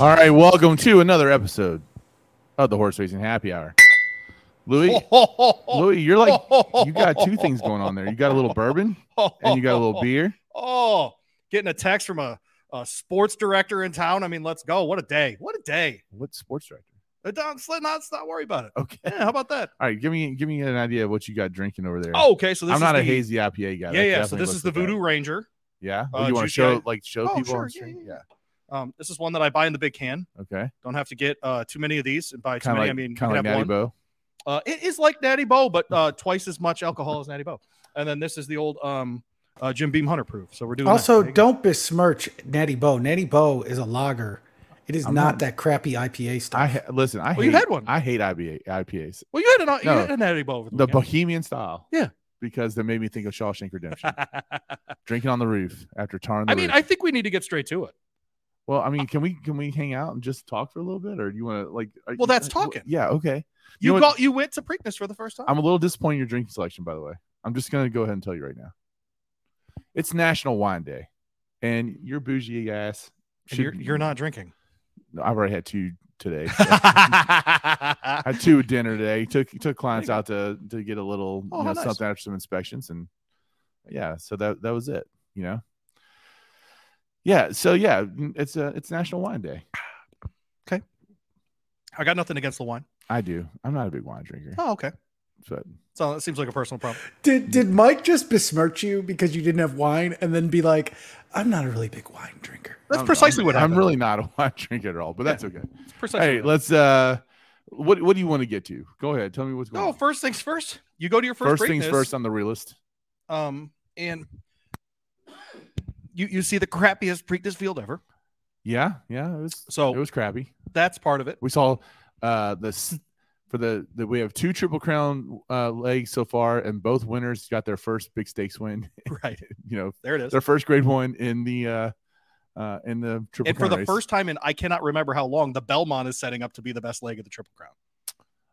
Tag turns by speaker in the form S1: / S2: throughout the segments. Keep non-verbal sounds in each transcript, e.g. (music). S1: All right, welcome to another episode of the Horse Racing Happy Hour.
S2: (laughs)
S1: Louis, Louis, you're like you got two things going on there. You got a little bourbon and you got a
S2: (laughs)
S1: little beer.
S2: Oh, getting a text from a, a sports director in town. I mean, let's go. What a day. What a day.
S1: What sports director?
S2: Uh, Don't, let's not, let's not worry about it.
S1: Okay.
S2: Yeah, how about that?
S1: All right, give me give me an idea of what you got drinking over there.
S2: Oh, okay. So this
S1: I'm
S2: is
S1: not
S2: the,
S1: a hazy IPA guy.
S2: Yeah, yeah.
S1: That
S2: So
S1: definitely
S2: this
S1: looks
S2: is the
S1: like that.
S2: Voodoo Ranger.
S1: Yeah. Oh,
S2: uh,
S1: you want to
S2: juice
S1: show
S2: guy.
S1: like show
S2: Oh,
S1: people
S2: sure,
S1: on
S2: yeah,
S1: stream?
S2: yeah, Um, this is one that I buy in the big can.
S1: Okay.
S2: Don't have to get uh, too many of these. And by too
S1: Kind of
S2: many,
S1: like
S2: I mean you
S1: kind
S2: can
S1: of like
S2: have
S1: Natty
S2: one.
S1: Bo.
S2: Uh, it is like Natty Bo, but uh, twice as much alcohol as Natty Bo. And then this is the old um, uh, Jim Beam Hunter proof. So we're doing that.
S3: Also,
S2: There you go.
S3: don't besmirch Natty Bo. Natty Bo is a lager. It is
S1: I'm
S3: not,
S1: not-
S3: that crappy IPA stuff.
S1: I ha- listen. I
S2: Well,
S1: hate,
S2: Oh, you had one.
S1: I hate IBA, IPAs.
S2: Well, you had an you
S1: No.
S2: had a Natty Bo. Over the
S1: The
S2: weekend.
S1: Bohemian style.
S2: Yeah.
S1: Because they made me think of Shawshank
S2: (laughs)
S1: Redemption. Drinking on the roof after tarring the
S2: I mean,
S1: roof.
S2: I think we need to get straight to it.
S1: Well, I mean, can we can we hang out and just talk for a little bit, or do you want to like? are
S2: Well,
S1: you-
S2: that's
S1: uh,
S2: talking.
S1: Yeah, okay. You
S2: You,
S1: know what-
S2: got you went to Preakness for the first time.
S1: I'm a little disappointed in your drinking selection, by the way. I'm just gonna go ahead and tell you right now. It's National Wine Day, and your bougie ass.
S2: And you're, you're not drinking.
S1: (laughs) no, I've already had two today. (laughs)
S2: oh,
S1: I had two at dinner today. Took took clients
S2: you go.
S1: out to to get a little
S2: Oh,
S1: you
S2: how
S1: know,
S2: nice.
S1: something after some inspections, and yeah, so that that was it. You know. Yeah. So yeah, it's a it's National Wine Day.
S2: I got nothing against the wine.
S1: I do. I'm not a big wine drinker,
S2: Oh, okay.
S1: but
S2: So that seems like a personal problem.
S3: did did Mike just besmirch you because you didn't have wine, and then be like, "I'm not a really big wine drinker."
S2: That's
S1: I'm-
S2: precisely
S1: I'm-
S2: what happened.
S1: I'm really not a wine (laughs) drinker at all, but that's okay.
S2: That's precisely
S1: Hey,
S2: what
S1: let's uh what what do you want to get to? Go ahead. Tell me what's going
S2: happened. no,
S1: on.
S2: first things first. You go to your first,
S1: First things
S2: Preakness,
S1: first on the realist.
S2: Um, and you you see the crappiest Preakness field ever.
S1: Yeah, yeah. It was
S2: So
S1: it was crappy.
S2: that's
S1: (laughs)
S2: part of it.
S1: We saw uh the s- for the, the we have two triple crown uh legs so far, and both winners got their first big stakes win. (laughs)
S2: Right
S1: you know,
S2: there it is.
S1: their first grade one in the uh uh in the triple
S2: And for
S1: Crown
S2: the
S1: race.
S2: first time in I cannot remember how long, the Belmont is setting up to be the best leg of the Triple Crown.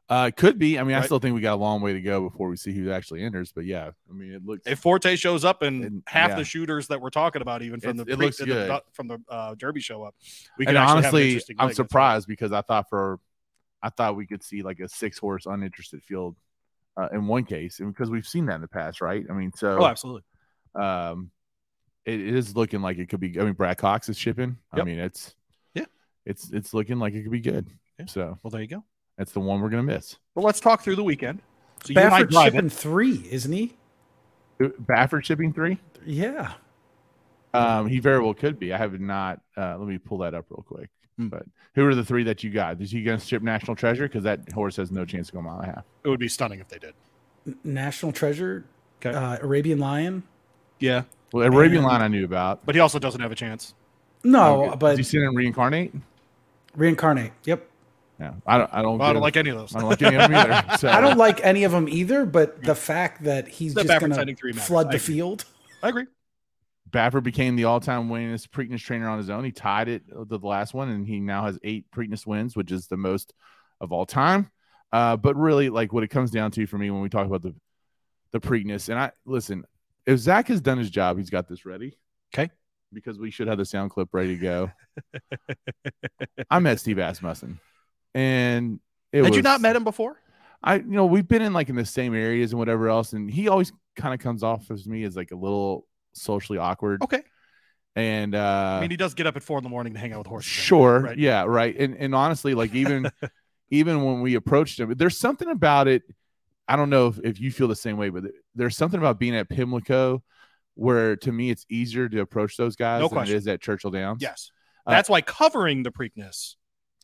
S1: uh it could be. I mean, I
S2: Right.
S1: still think we got a long way to go before we see who actually enters, but yeah, I mean it looks
S2: if Forte shows up and,
S1: And-
S2: half
S1: yeah.
S2: the shooters that we're talking about, even from
S1: It-
S2: the,
S1: it
S2: pre-
S1: looks
S2: the-
S1: good.
S2: the from the uh, Derby show up, we
S1: and
S2: actually have an
S1: honestly,
S2: interesting
S1: I'm
S2: leg. That's
S1: surprised because I thought for, I thought we could see like a six horse uninterested field, uh, in one case, and because we've seen that in the past, right? I mean,
S2: all. Oh,
S1: so
S2: absolutely.
S1: um, it it is looking like it could be. I mean, Brad Cox is shipping. I
S2: Yep.
S1: mean, it's
S2: Yeah.
S1: it's it's looking like it could be good.
S2: Yeah.
S1: So
S2: Well, there you go.
S1: that's the one we're gonna miss.
S2: But let's talk through the weekend. So you and I
S3: Baffert
S2: drive it.
S3: shipping three, isn't he?
S1: Uh, Baffert shipping three.
S3: Yeah.
S1: Um, he very well could be. I have not. Uh, let me pull that up real quick.
S2: Hmm.
S1: But who are the three that you got? Is he going to ship National Treasure? Because that horse has no chance to go a mile and a half.
S2: It would be stunning if they did.
S3: N- National Treasure,
S2: Okay.
S3: uh, Arabian Lion.
S2: Yeah,
S1: Well, Arabian
S3: And-
S1: Line I knew about.
S2: but he also doesn't have a chance. Oh,
S3: No,
S1: Okay.
S3: but
S1: Did you see him reincarnate?
S3: reincarnate. Yep.
S1: No, I don't. I don't,
S2: Well, I
S1: get
S2: don't
S1: it.
S2: like any of
S1: (laughs)
S2: those.
S1: I don't like any of them
S2: (laughs)
S1: either. So,
S3: I don't like any of them either, but the fact that he's
S2: The
S3: just
S2: Baffert
S3: going
S2: signing three
S3: to
S2: matters.
S3: flood
S2: I
S3: the
S2: agree.
S3: field.
S2: I agree.
S1: Baffert became the all-time winningest Preakness trainer on his own. He tied it with the last one, and he now has eight Preakness wins, which is the most of all time. Uh, but really, like what it comes down to for me when we talk about the the Preakness, and I listen. If Zach has done his job, he's got this ready.
S2: Okay.
S1: Because we should have the sound clip ready to
S2: (laughs)
S1: go. I met Steve Asmussen, and it
S2: Had
S1: was,
S2: you not met him before?
S1: I you know we've been in like in the same areas and whatever else, and he always kind of comes off as me as like a little socially awkward.
S2: Okay.
S1: And uh,
S2: I mean, he does get up at four in the morning to hang out with horses.
S1: sure,
S2: Right.
S1: yeah, right. And and honestly, like
S2: (laughs)
S1: even even when we approached him, there's something about it. I don't know if, if you feel the same way, but there's something about being at Pimlico where to me it's easier to approach those guys
S2: No
S1: than
S2: question.
S1: it is at Churchill Downs.
S2: Yes,
S1: Uh,
S2: that's why covering the Preakness.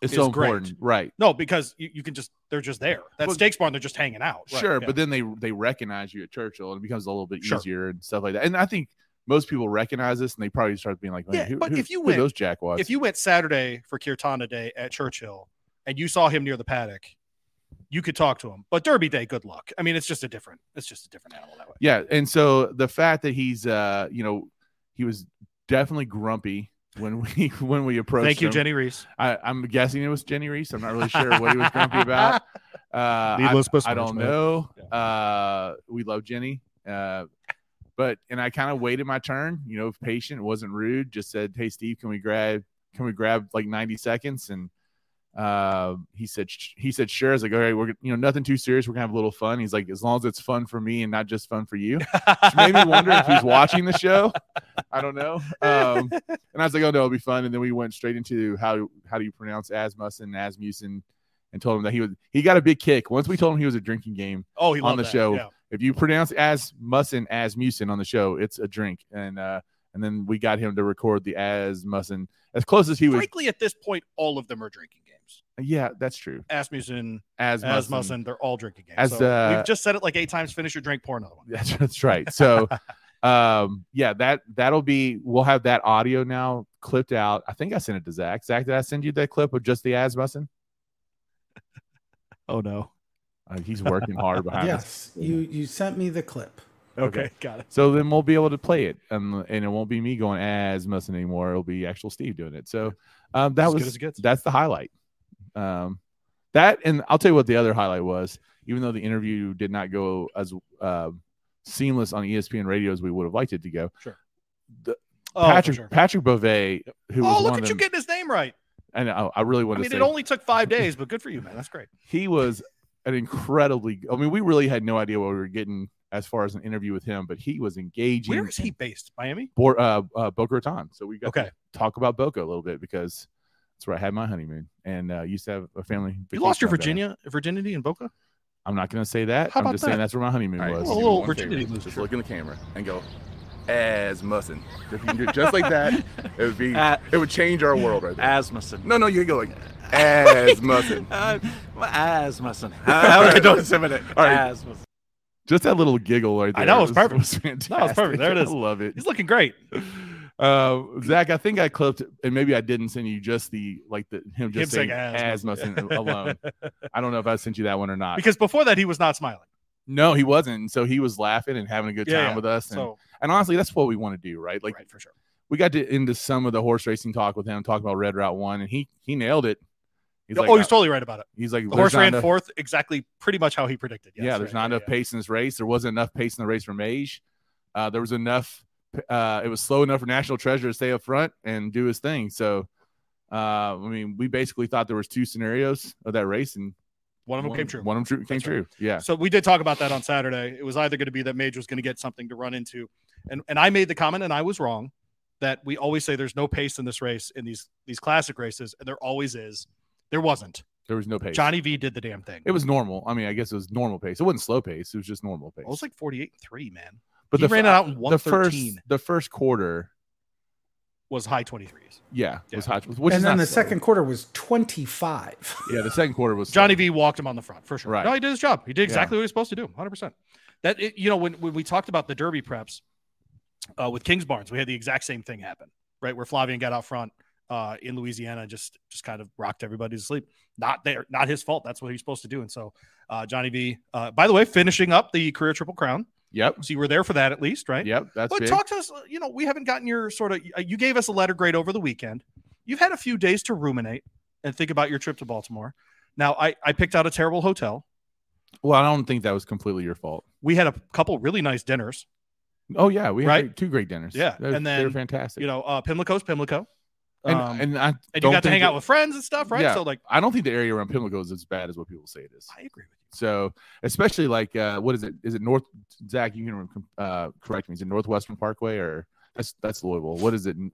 S1: it's
S2: is
S1: so
S2: great.
S1: important, right?
S2: No, because you, you can just they're just there. That's
S1: Well-
S2: stakes barn. They're just hanging out. Right,
S1: sure
S2: yeah.
S1: but then they they recognize you at churchill and it becomes a little bit
S2: Sure.
S1: easier and stuff like that and i think most people recognize this and they probably start being like "Man,
S2: Yeah,
S1: who,
S2: but
S1: who-
S2: if you
S1: who
S2: went-
S1: those jackwads
S2: if you went Saturday for Kirtana Day at Churchill and you saw him near the paddock, you could talk to him. But Derby Day, good luck. I mean, it's just a different, it's just a different animal that way.
S1: yeah and so the fact that he's uh you know he was definitely grumpy when we (laughs) when we approached
S2: Thank you,
S1: him.
S2: Jenny Reese.
S1: I, i'm guessing it was jenny reese i'm not really sure what he was
S2: (laughs)
S1: grumpy about uh I- I don't know.
S2: Yeah.
S1: Uh, we love Jenny. Uh, but and I kind of waited my turn. You know, patient, wasn't rude. Just said, "Hey, Steve, can we grab can we grab like 90 seconds and uh, he said sh- he said sure. I was like, all right, we're gonna- you know nothing too serious. We're gonna have a little fun. He's like, as long as it's fun for me and not just fun for you. Which made me wonder if he's watching the show. I don't know. Um, and I was like, oh no, it'll be fun. And then we went straight into how how do you pronounce Asmussen, Asmussen, and told him that he was he got a big kick once we told him he was a drinking game.
S2: (laughs) Oh, he
S1: on
S2: loved
S1: the
S2: that.
S1: show.
S2: Yeah.
S1: If you pronounce Asmussen, Asmussen on the show, it's a drink. And uh, and then we got him to record the Asmussen as close as he was.
S2: Frankly, at this point, all of them are drinking games.
S1: Yeah, that's true.
S2: Asmussen,
S1: Asmussen.
S2: Asmussen, they're all drinking games.
S1: As,
S2: so
S1: uh,
S2: we've just said it like eight times. Finish your drink, pour another one.
S1: (laughs) That's, that's right. So, um, yeah, that that'll be. We'll have that audio now clipped out. I think I sent it to Zach. Zach, did I send you that clip of just the Asmussen?
S2: Oh no.
S1: Uh, he's working hard
S2: (laughs)
S1: behind us.
S3: yes, you you sent me the clip.
S1: Okay.
S2: got it.
S1: So then we'll be able to play it, and, and it won't be me going Asmussen anymore. It'll be actual Steve doing it. So um, that
S2: As good
S1: was
S2: as it gets.
S1: that's the highlight. Um, that and I'll tell you what the other highlight was. Even though the interview did not go as uh, seamless on E ESPN radio as we would have liked it to go,
S2: Oh, for
S1: Patrick
S2: sure.
S1: Patrick Beauvais, who
S2: Oh,
S1: was
S2: look
S1: one
S2: at
S1: of
S2: you
S1: them,
S2: getting his name right.
S1: and I, I really
S2: I
S1: want to
S2: mean,
S1: say
S2: it only took five days, but good for you, man. That's great.
S1: he was an incredibly. I mean, we really had no idea what we were getting as far as an interview with him, but he was engaging.
S2: Where is he based? Miami.
S1: Bor, uh, uh, Boca Raton. So we got
S2: Okay.
S1: to talk about Boca a little bit because that's where I had my honeymoon and uh, used to have a family.
S2: You lost your
S1: vacation down there.
S2: Virginia virginity in Boca.
S1: I'm not going to say that.
S2: How
S1: I'm
S2: about
S1: just saying
S2: that?
S1: that's where my honeymoon
S4: All right,
S1: was.
S4: just
S2: Well, a
S4: do me
S2: little
S4: one favor.
S2: virginity loser.
S4: Just look in the camera and go, as mussin. If you can do it just like that, it would be it would change our world right there.
S5: Asmussen.
S4: no, no,
S5: (laughs)
S4: you go like as mussin.
S5: Uh, Asmussen. How would Uh, I don't intimidate?
S1: All right.
S5: Asmussen.
S1: Just that little giggle right
S2: I
S1: there.
S2: know, it was perfect.
S1: was (laughs) fantastic.
S2: perfect. There it
S1: (laughs)
S2: is.
S1: I love it.
S2: He's looking great.
S1: Uh, Zach, I think I clipped, and maybe I didn't send you just the like the him just
S2: Him saying "Ah,
S1: saying Asmussen alone. I don't know if I sent you that one or not.
S2: (laughs) because before that, he was not smiling.
S1: no, he wasn't. So he was laughing and having a good
S2: Yeah,
S1: time
S2: yeah.
S1: with us. And,
S2: So
S1: and honestly, that's what we want to do, right? Like
S2: right, for sure.
S1: we got to into some of the horse racing talk with him, talking about Red Route One, and he he nailed it. He's like,
S2: oh, he's totally right about it.
S1: he's like,
S2: The
S1: "There's
S2: horse
S1: not
S2: ran
S1: enough-
S2: fourth exactly pretty much how he predicted. Yes,
S1: yeah, there's
S2: right,
S1: not
S2: yeah,
S1: enough
S2: yeah.
S1: pace in this race. There wasn't enough pace in the race for Mage. Uh, there was enough. Uh, it was slow enough for National Treasure to stay up front and do his thing. So, uh, I mean, we basically thought there was two scenarios of that race, and
S2: One of them came true.
S1: One of them true, came
S2: That's right.
S1: true. Yeah.
S2: So we did talk about that on Saturday. It was either going to be that Mage was going to get something to run into, and and I made the comment, and I was wrong, that we always say there's no pace in this race in these these classic races, and there always is. There wasn't.
S1: There was no pace.
S2: Johnny V did the damn thing.
S1: It was normal. I mean, I guess it was normal pace. It wasn't slow pace. It was just normal pace.
S2: Well, it was like 48 3, man.
S1: but
S2: he
S1: the
S2: ran it
S1: f-
S2: out in
S1: the first
S2: 113
S1: the first quarter,
S2: was high 23s.
S1: yeah,
S2: Yeah.
S1: was hot. Which is
S3: and
S1: not
S3: then the
S1: slow.
S3: second quarter was 25.
S1: yeah, the second quarter was slow.
S2: Johnny V walked him on the front for sure.
S1: Right.
S2: No, he did his job. He did
S1: Yeah.
S2: exactly what he was supposed to do. 100%. That, it, you know, when, when we talked about the Derby preps uh, with Kings Barnes, we had the exact same thing happen, right? Where Flavian got out front uh, in Louisiana, just just kind of rocked everybody to sleep. Not there, not his fault. That's what he's supposed to do. And so uh, Johnny V, uh, by the way, finishing up the career triple crown.
S1: Yep.
S2: So you were there for that at least, right?
S1: Yep. That's
S2: But
S1: big.
S2: talk to us. uh, You know, we haven't gotten your sort of. uh, You gave us a letter grade over the weekend. You've had a few days to ruminate and think about your trip to Baltimore. Now, I I picked out a terrible hotel.
S1: well, I don't think that was completely your fault.
S2: We had a couple really nice dinners.
S1: Oh yeah, we had
S2: Right?
S1: great- two great dinners.
S2: Yeah,
S1: They were-
S2: and
S1: they
S2: then,
S1: were fantastic.
S2: You know, uh, Pimlico's Pimlico,
S1: and,
S2: um,
S1: and I
S2: and you
S1: don't
S2: got to
S1: think
S2: hang out
S1: it-
S2: with friends and stuff, right?
S1: Yeah.
S2: So like,
S1: I don't think the area around Pimlico is as bad as what people say it is.
S2: I agree with
S1: So especially like uh, what is it? Is it North Zach? You can uh, correct me. Is it Northwestern Parkway or that's that's Louisville? What is it? You
S2: you.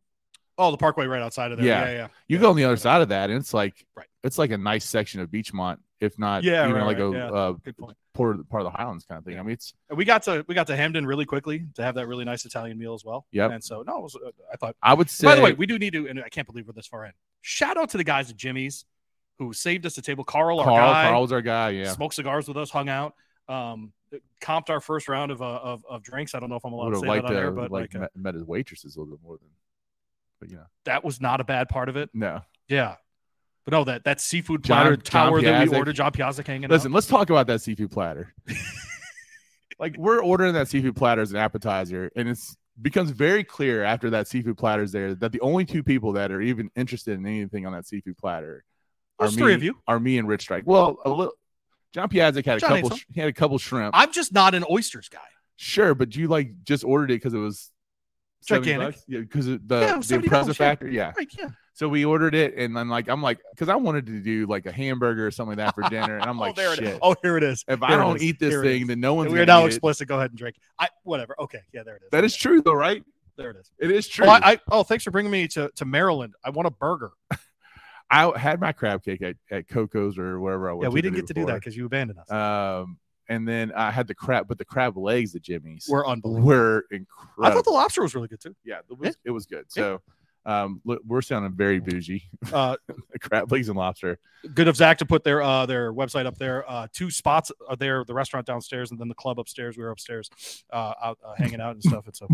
S2: Oh, the Parkway right outside of there.
S1: Yeah.
S2: Yeah, yeah.
S1: go on the other side of that, and it's like
S2: Right.
S1: it's like a nice section of Beachmont, if not
S2: Yeah,
S1: even
S2: right,
S1: like
S2: right,
S1: a
S2: yeah.
S1: uh,
S2: Good point.
S1: part of, part of the Highlands kind of thing. I mean, it's
S2: And we got to we got to Hamden really quickly to have that really nice Italian meal as well.
S1: Yep.
S2: And so no, it was, uh, I thought.
S1: I would say
S2: By the way, we do need to, and I can't believe we're this far in. Shout out to the guys at Jimmy's who saved us the table. Carl,
S1: Carl
S2: our guy,
S1: Carl was our guy. Yeah,
S2: smoked cigars with us, hung out, um, comped our first round of, uh, of of drinks. I don't know if I'm
S1: would
S2: allowed to
S1: have
S2: say
S1: liked
S2: that on air,
S1: to
S2: but
S1: like
S2: like, uh,
S1: met, met his waitresses a little bit more than, but you know,
S2: that was not a bad part of it.
S1: no.
S2: Yeah, but no, that that seafood
S1: John-
S2: platter
S1: John
S2: tower that we
S1: Piasek.
S2: ordered, John Piazza hanging
S1: Listen,
S2: out.
S1: let's talk about that seafood
S2: (laughs)
S1: platter. like we're ordering that seafood platter as an appetizer, and it's becomes very clear after that seafood platter is there that the only two people that are even interested in anything on that seafood platter are
S2: There's
S1: me,
S2: three of you.
S1: are me and Rich Strike. Well, a little. John Piazzic had a
S2: John
S1: couple.
S2: Hansel.
S1: sh- He had a couple shrimp.
S2: I'm just not an oysters guy.
S1: sure, but you like just ordered it because it was. 70
S2: Gigantic.
S1: bucks? Yeah, because the
S2: Yeah, it was
S1: the
S2: $70,
S1: impressive
S2: yeah.
S1: factor. Yeah,
S2: Right? Yeah.
S1: So we ordered it, and I'm like, I'm like, because I wanted to do like a hamburger or something like that
S2: (laughs)
S1: for dinner, and I'm like,
S2: there it
S1: shit.
S2: is. Oh, here it is.
S1: If I
S2: Here it
S1: don't
S2: is.
S1: eat this
S2: Here it
S1: thing,
S2: is.
S1: then no one's
S2: we are
S1: gonna
S2: now
S1: eat it.
S2: explicit. Go ahead and drink. I whatever. Okay, yeah, there it is.
S1: That is
S2: Okay,
S1: true, though, right?
S2: There it is.
S1: It is true.
S2: Oh, I, I, oh, thanks for bringing me to, to Maryland. I want a burger.
S1: I had my crab cake at, at Coco's or wherever I was.
S2: Yeah, we didn't get to do that because you abandoned us.
S1: Um, and then I had the crab, but the crab legs at Jimmy's
S2: We're unbelievable.
S1: were
S2: I thought
S1: incredible.
S2: the lobster was really good too.
S1: yeah, it was, it was good. So, um, look, we're sounding very bougie. (laughs)
S2: Uh,
S1: crab legs and lobster.
S2: good of Zach to put their uh, their website up there. Uh, two spots are there: the restaurant downstairs and then the club upstairs. We were upstairs, uh, out uh, hanging out and stuff. And so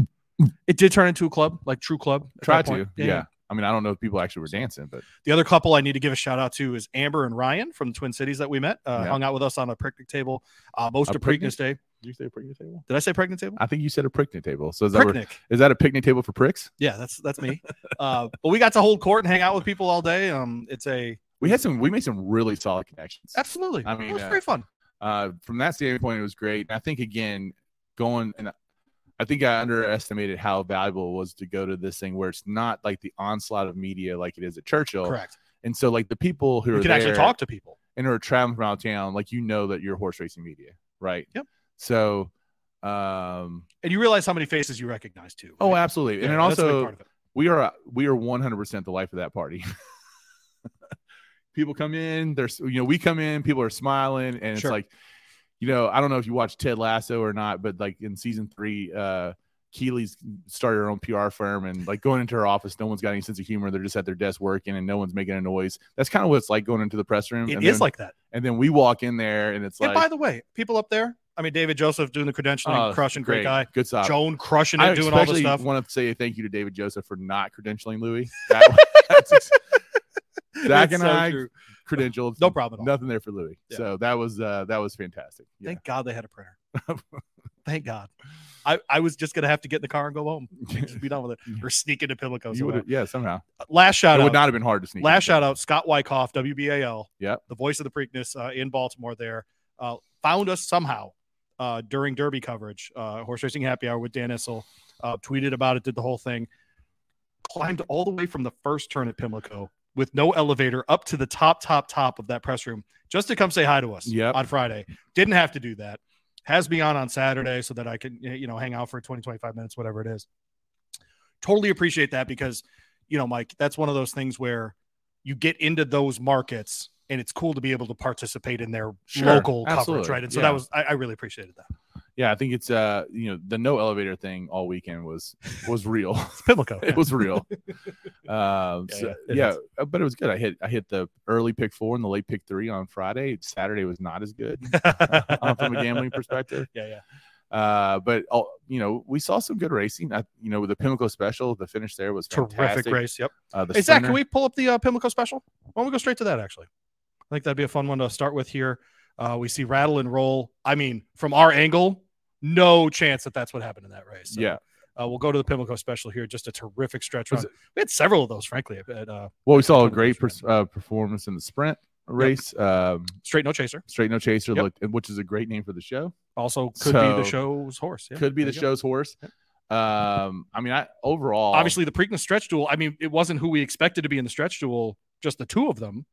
S2: (laughs) it did turn into a club, like true club. at
S1: Try
S2: that
S1: to,
S2: point.
S1: yeah. I mean, I don't know if people actually were dancing, but
S2: The other couple I need to give a shout out to is Amber and Ryan from the Twin Cities that we met. Uh,
S1: Yeah.
S2: Hung out with us on a picnic table uh, most
S1: A
S2: of Preakness Day.
S1: did you say a picnic table?
S2: Did I say picnic table?
S1: I think you said a picnic table. So is that, where,
S2: Picnic.
S1: is that a picnic table for pricks?
S2: Yeah, that's that's me. uh, but we got to hold court and hang out with people all day. Um, it's a
S1: We had some. We made some really solid connections.
S2: absolutely.
S1: I mean,
S2: it was
S1: uh,
S2: pretty fun.
S1: uh, from that standpoint, it was great. I think again, going and I think I underestimated how valuable it was to go to this thing where it's not like the onslaught of media like it is at Churchill.
S2: Correct.
S1: And so, like the people who
S2: You
S1: are
S2: can actually
S1: there
S2: talk to people.
S1: and who are traveling from out of town, like you know that you're horse racing media, right?
S2: Yep.
S1: So, um,
S2: and you realize how many faces you recognize too.
S1: oh,
S2: right?
S1: absolutely,
S2: Yeah,
S1: and it
S2: that's a big
S1: also
S2: part of it.
S1: we are we are 100% the life of that party (laughs) people come in there's you know we come in people are smiling and it's
S2: Sure.
S1: like you know i don't know if you watched ted lasso or not but like in season three uh Keely's started her own PR firm and like going into her office, no one's got any sense of humor. They're just at their desk working and no one's making a noise. That's kind of what it's like going into the press room.
S2: It
S1: and
S2: is
S1: then,
S2: like that.
S1: and then we walk in there and it's
S2: and
S1: like,
S2: by the way, people up there. I mean, David Joseph doing the credentialing,
S1: oh,
S2: crushing, great, guy.
S1: Good stuff.
S2: Joan crushing
S1: I
S2: it, doing all the
S1: especially
S2: stuff. (laughs)
S1: want to say thank you to David Joseph for not credentialing Louis. (laughs) That- that's ex- Zach
S2: It's
S1: and
S2: so
S1: I
S2: true.
S1: credentialed.
S2: No problem at all.
S1: Nothing there for Louis.
S2: Yeah.
S1: So that was uh, that was fantastic. Yeah.
S2: Thank God they had
S1: (laughs)
S2: a printer. Thank God. I, I was just gonna have to get in the car and go home.
S1: (laughs)
S2: Just be done with it, or sneak into Pimlico.
S1: you
S2: somehow.
S1: would yeah somehow
S2: Last shout
S1: it
S2: out.
S1: would not have been hard to sneak.
S2: Last
S1: in,
S2: shout out, Scott Wyckoff, WBAL,
S1: Yep.
S2: the voice of the Preakness uh, in Baltimore. There uh, found us somehow uh, during Derby coverage, uh, horse racing happy hour with Dan Issel. Uh, tweeted about it, did the whole thing. Climbed all the way from the first turn at Pimlico with no elevator up to the top, top, top of that press room just to come say hi to us
S1: Yep.
S2: on Friday. Didn't have to do that. Has me on on Saturday so that I can you know hang out for 20, 25 minutes, whatever it is. Totally appreciate that because you know, Mike, that's one of those things where you get into those markets and it's cool to be able to participate in their
S1: Sure.
S2: local coverage,
S1: Absolutely.
S2: right? And so
S1: Yeah.
S2: that was I, I really appreciated that.
S1: Yeah, I think it's uh you know the no elevator thing all weekend was was real. (laughs)
S2: It's Pimlico. (laughs)
S1: it was real. Um,
S2: Yeah,
S1: so-
S2: yeah, it
S1: yeah, but it was good. I hit I hit the early pick four and the late pick three on Friday. Saturday was not as good uh, from a gambling perspective.
S2: Yeah, yeah.
S1: Uh, but all, you know, we saw some good racing. I, you know, with the Pimlico special, the finish there was
S2: Terrific
S1: fantastic.
S2: race. Yep.
S1: Uh, the
S2: Hey, Zach, can
S1: sprinter-
S2: we pull up the uh, Pimlico special? Why don't we go straight to that, actually? I think that'd be a fun one to start with here. Uh, we see rattle and roll. I mean, from our angle, no chance that that's what happened in that race. So,
S1: yeah.
S2: Uh, we'll go to the Pimlico special here. Just a terrific stretch
S1: Was
S2: run. We had several of those, frankly, at uh,
S1: Well, we saw a
S2: Totally
S1: great
S2: different.
S1: pers- uh, performance in the sprint race. Um,
S2: Straight No Chaser.
S1: Straight No Chaser,
S2: Yep.
S1: looked, which is a great name for the show.
S2: Also, could be
S1: So-
S2: the show's horse. Yeah,
S1: Could be
S2: there
S1: the
S2: you go.
S1: show's horse. Um, I mean, I overall
S2: obviously the Preakness stretch duel. I mean, it wasn't who we expected to be in the stretch duel, just the two of them,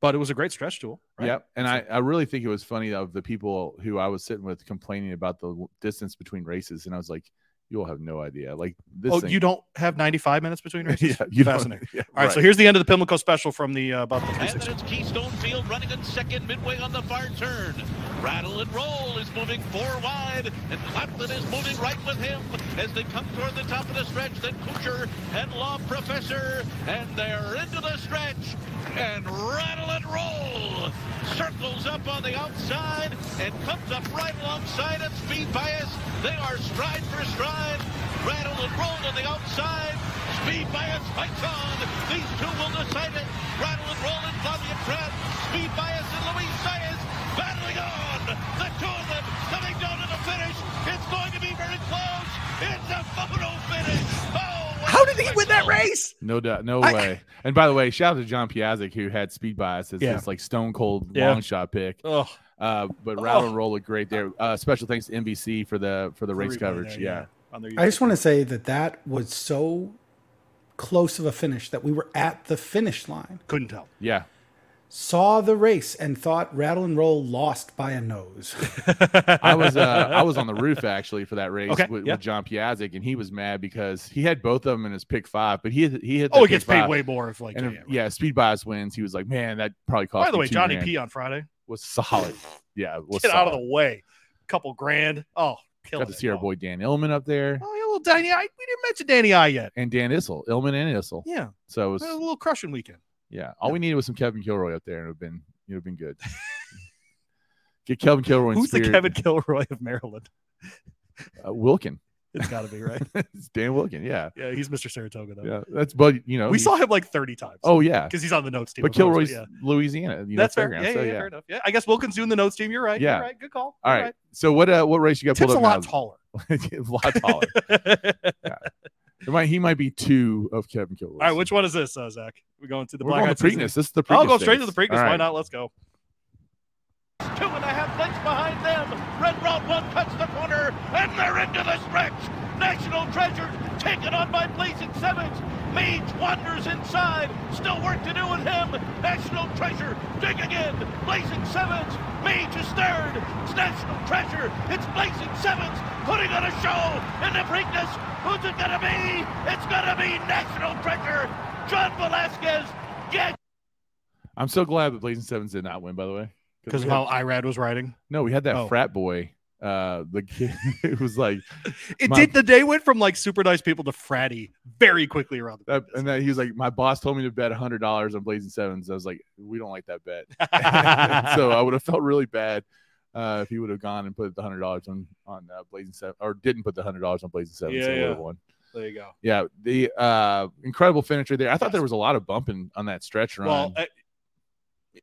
S2: but it was a great stretch duel. Right?
S1: Yep. And I, I really think it was funny of the people who I was sitting with complaining about the l- distance between races. And I was like, you all have no idea. Like this.
S2: Oh,
S1: thing-
S2: you don't have 95 minutes between (laughs) races?
S1: (laughs) Yeah, you don't-
S2: Fascinating.
S1: (laughs) yeah,
S2: All right, so here's the end of the Pimlico special from the uh, about the
S6: And
S2: 360.
S6: then it's Keystone Field running in second midway on the far turn. Rattle and Roll is moving four wide, and Clapton is moving right with him as they come toward the top of the stretch. Then Kucher and Law Professor, and they're into the stretch. And Rattle and Roll circles up on the outside and comes up right alongside of Speed Bias. They are stride for stride. Rattle and Roll on the outside. Speed Bias fights on. These two will decide it. Rattle and Roll and Flavia Pratt. Speed Bias and Luis Saez battling on. The two of them coming down to the finish. It's going to be very close. It's a photo finish. Oh, what
S5: How
S6: a
S5: did he win that
S6: spectacle.
S5: race?
S1: no doubt. No
S5: I-
S1: way. And by the way, shout out to John Piazzic who had speed bias as
S2: Yeah.
S1: his like stone cold
S2: Yeah.
S1: long shot pick.
S2: Oh,
S1: Uh, but Rattle and Roll looked great there. Uh, special thanks to NBC for the, for the race coverage. yeah.
S3: I just want to say that that was so close of a finish, that we were at the finish line.
S2: Couldn't tell.
S1: Yeah.
S3: Saw the race and thought Rattle and Roll lost by
S1: (laughs)
S3: a nose.
S2: (laughs)
S1: I was uh, I was on the roof actually for that race
S2: Okay,
S1: with,
S2: yeah.
S1: with John Piazzik, and he was mad because he had both of them in his pick five, but he hit- he hit.
S2: Oh,
S1: that
S2: it gets
S1: pick
S2: paid
S1: five,
S2: way more if like.
S1: And
S2: yeah,
S1: if-
S2: yeah,
S1: yeah,
S2: right.
S1: speed bias wins. He was like, man, that probably cost.
S2: By the
S1: me
S2: way,
S1: two
S2: Johnny
S1: grand."
S2: P on Friday.
S1: was solid. Yeah, was
S2: Get out of
S1: solid.
S2: the way. Couple grand. Oh, killing
S1: Got to
S2: it.
S1: see our
S2: Oh.
S1: boy Dan Illman up there,
S2: Oh, yeah, little Danny I. We didn't mention Danny I yet.
S1: and Dan Issel, Illman and Issel.
S2: Yeah,
S1: So it
S2: a
S1: was
S2: little crushing weekend.
S1: yeah. All we needed was some Kevin Kilroy up there, and it'd been it'd have been good. Get Kevin Kilroy. in
S2: Who's the
S1: spirit.
S2: Kevin Kilroy of Maryland?
S1: Uh,
S2: (laughs)
S1: Wilkin.
S2: It's got to be right.
S1: it's Dan Wilkin. (laughs) Yeah,
S2: yeah, he's Mr. Saratoga though.
S1: yeah. That's but you know
S2: we
S1: he-
S2: saw him like 30 times.
S1: Oh yeah,
S2: because he's on the notes team.
S1: but
S2: of course,
S1: Kilroy's
S2: yeah.
S1: Louisiana. You know,
S2: That's fair.
S1: fairground,
S2: Yeah, yeah,
S1: so,
S2: fair enough. Yeah, I guess Wilkins doing the notes team. You're right.
S1: Yeah.
S2: You're right. Good call.
S1: All right. So what uh, what race you got
S2: Tip's a
S1: pulled
S2: lot
S1: up
S2: taller.
S1: (laughs) now? a lot taller.
S2: (laughs) All
S1: It might, he might be two of Kevin Kilroy.
S2: right, which one is this, uh, Zach? We going to the
S1: We're
S2: black
S1: going
S2: Eyed
S1: to
S2: Susan?
S1: Preakness. This is the Preakness.
S2: I'll go straight to the
S1: race.
S2: Preakness.
S1: All
S2: Why
S1: right.
S2: not? Let's go.
S6: Two and a half lengths behind them. Red Route One cuts the corner, and they're into the stretch. National Treasure taken on by Blazing Sevens. Mage wanders inside. Still work to do with him. National Treasure digging in. Blazing Sevens. Mage is third. It's National Treasure. It's Blazing Sevens putting on a show in the Preakness. Who's it gonna be? It's gonna be National Treasure. John Velasquez. Yes.
S1: I'm so glad that Blazing Sevens did not win. By the way,
S2: Because
S1: we
S2: how
S1: had-
S2: Irad was riding,
S1: no, we had that
S2: Oh.
S1: frat boy. Uh, the kid (laughs) it was like,
S2: it
S1: My-
S2: did. The day went from like super nice people to fratty very quickly around
S1: (laughs)
S2: the.
S1: that, and then he was like, my boss told me to bet hundred dollars on Blazing Sevens. I was like, we don't like that bet. (laughs) so I would have felt really bad uh, if he would have gone and put the hundred dollars on on uh, Blazing Seven, or didn't put the hundred dollars on Blazing Sevens.
S2: Yeah,
S1: so they
S2: yeah.
S1: would have won.
S2: (laughs) there you go.
S1: Yeah, the uh incredible finish right there. I thought
S2: Yes.
S1: there was a lot of bumping on that stretch run.
S2: Well, uh,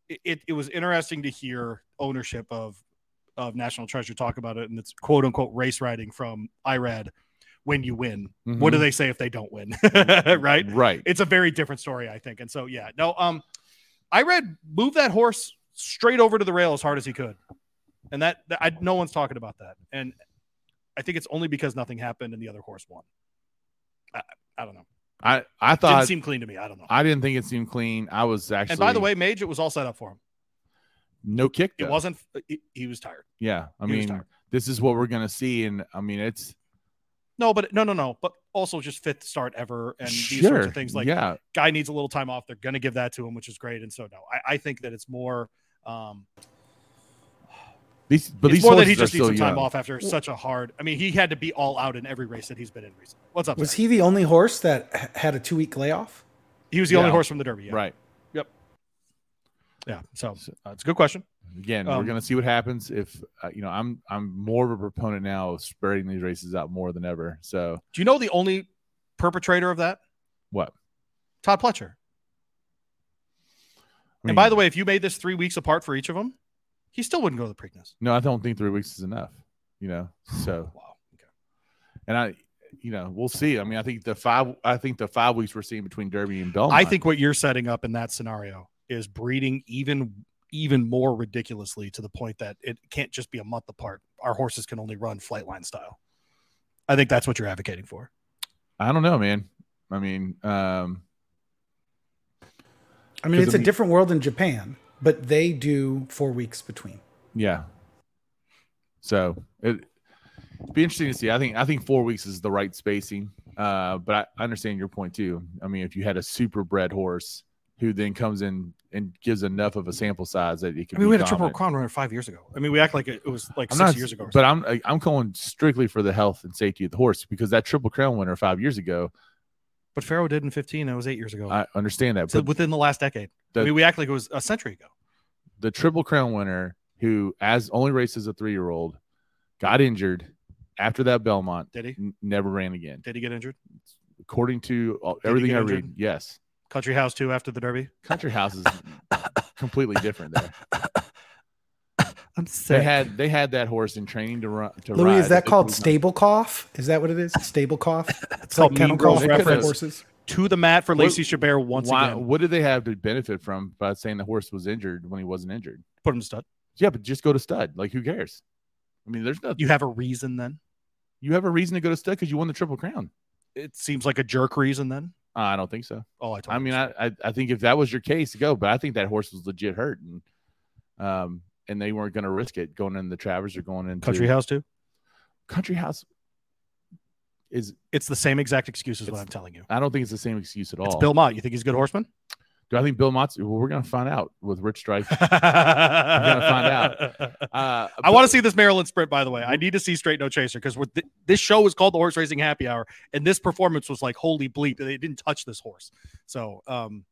S2: it, it it was interesting to hear ownership of of National Treasure talk about it, and it's quote unquote race riding from Irad. When you win, what do they say if they don't win? (laughs) right?
S1: Mhm. Mm-hmm. Right.
S2: It's a very different story, I think. And so, yeah, no, um, Irad moved that horse straight over to the rail as hard as he could, and that, that I no one's talking about that, and I think it's only because nothing happened and the other horse won. I, I don't know.
S1: I I
S2: Didn't
S1: thought
S2: seem clean to me. I don't know.
S1: I didn't think it seemed clean. I was actually
S2: and by the way, Mage, it was all set up for him.
S1: no kick.
S2: It
S1: though.
S2: wasn't. uh, He, he was tired.
S1: Yeah, I
S2: he was
S1: mean,
S2: tired.
S1: this is what we're gonna see, and I mean, it's
S2: No, but no, no, no. But also just fifth start ever, and these sorts
S1: sure,
S2: of things. Like
S1: yeah,
S2: guy needs a little time off. They're going to give that to him, which is great. And so no, I, I think that it's more. Um,
S1: these but
S2: it's
S1: these
S2: more that he
S1: horses are
S2: just needs
S1: still
S2: some time
S1: young.
S2: off after such a hard. I mean, he had to be all out in every race that he's been in recently. What's up?
S3: Was
S2: Zach?
S3: he the only horse that h- had a two week layoff?
S2: He was the only
S1: Yeah.
S2: horse from the Derby. Yeah.
S1: Right.
S2: Yeah. So uh, it's a good question.
S1: Again,
S2: Um,
S1: we're gonna see what happens. If uh, you know, I'm I'm more of a proponent now of spreading these races out more than ever. So
S2: Do you know the only perpetrator of that?
S1: What?
S2: Todd
S1: I
S2: Pletcher. and by
S1: mean,
S2: the way, if you made this three weeks apart for each of them, he still wouldn't go to the Preakness.
S1: no, I don't think three weeks is enough. You know, so
S2: Wow. Okay.
S1: and I, you know, we'll see. I mean, I think the five, I think the five weeks we're seeing between Derby and Belmont.
S2: I think what you're setting up in that scenario is breeding even even more ridiculously to the point that it can't just be a month apart. Our horses can only run flight line style. I think that's what you're advocating for.
S1: I don't know, man. I mean, um,
S3: I mean,
S1: 'Cause
S3: it's
S1: I'm-
S3: a different world in Japan, but they do four weeks between.
S1: yeah. So it it'd be interesting to see. I think I think four weeks is the right spacing. Uh, but I understand your point too. I mean, if you had a super bred horse who then comes in and gives enough of a sample size that it can.
S2: I mean,
S1: be
S2: we had a triple
S1: dominant.
S2: crown runner five years ago. I mean, we act like it was like
S1: I'm
S2: six
S1: not,
S2: years ago. Or
S1: but I'm I- I'm going strictly for the health and safety of the horse because that triple crown winner five years ago.
S2: but Pharaoh did in 15. That was eight years ago.
S1: I understand that,
S2: so
S1: but
S2: within the last decade.
S1: the-
S2: I mean, we act like it was a century ago.
S1: the triple crown winner who as only raced as a three year old got injured after that belmont
S2: Did he?
S1: n- never ran again
S2: Did he get injured?
S1: according to all,
S2: he
S1: everything
S2: get
S1: i read
S2: injured?
S1: yes
S2: Country House too after the Derby.
S1: country house
S2: (laughs)
S1: is completely different there
S2: I'm
S1: they
S2: sick.
S1: had they had that horse in training to run to
S3: Louis,
S1: ride.
S3: is that
S1: It
S3: called
S1: was not-
S3: stable cough? Is that what it is? Stable cough?
S1: (laughs)
S3: It's
S2: called
S3: like kennel
S2: Mean Girls
S3: cough for
S1: reference.
S3: horses.
S2: to the mat for
S1: What-
S2: Lacey Chabert once
S1: Why,
S2: again.
S1: what did they have to benefit from by saying the horse was injured when he wasn't injured
S2: Put him to stud.
S1: yeah but just go to stud like who cares i mean there's no
S2: You have a reason then.
S1: you have a reason to go to stud because you won the triple crown
S2: It seems like a jerk reason then.
S1: Uh, I don't think so.
S2: Oh, I told
S1: I mean, I, I I think if that was your case, go. But I think that horse was legit hurt, and um, and they weren't going to risk it going into Travers or going into
S2: country house too.
S1: Country House is.
S2: It's the same exact excuse as what
S1: It's-
S2: I'm telling you.
S1: I don't think it's the same excuse at all.
S2: It's Bill Mott. You think he's a good (laughs) horseman?
S1: Do I think Bill Mott's? Well, we're going to find out with Rich Strike.
S2: (laughs) We're gonna
S1: find
S2: (laughs)
S1: Uh,
S2: I want to see this Maryland sprint, by the way. I need to see Straight No Chaser because th- this show is called the Horse Racing Happy Hour, and this performance was like, holy bleep, they didn't touch this horse. So um,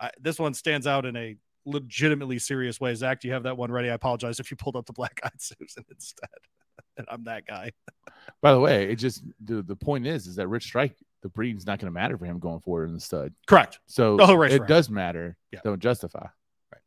S2: I, this one stands out in a legitimately serious way. Zach, do you have that one ready? I apologize if you pulled up the Black Eyed Susan instead, (laughs) and I'm that guy.
S1: By the way, it just the, the point is is that Rich Strike the breeding's not going to matter for him going forward in the stud.
S2: Correct.
S1: So
S2: Oh, right,
S1: it
S2: right.
S1: does matter.
S2: Yeah.
S1: Don't justify.
S2: Right.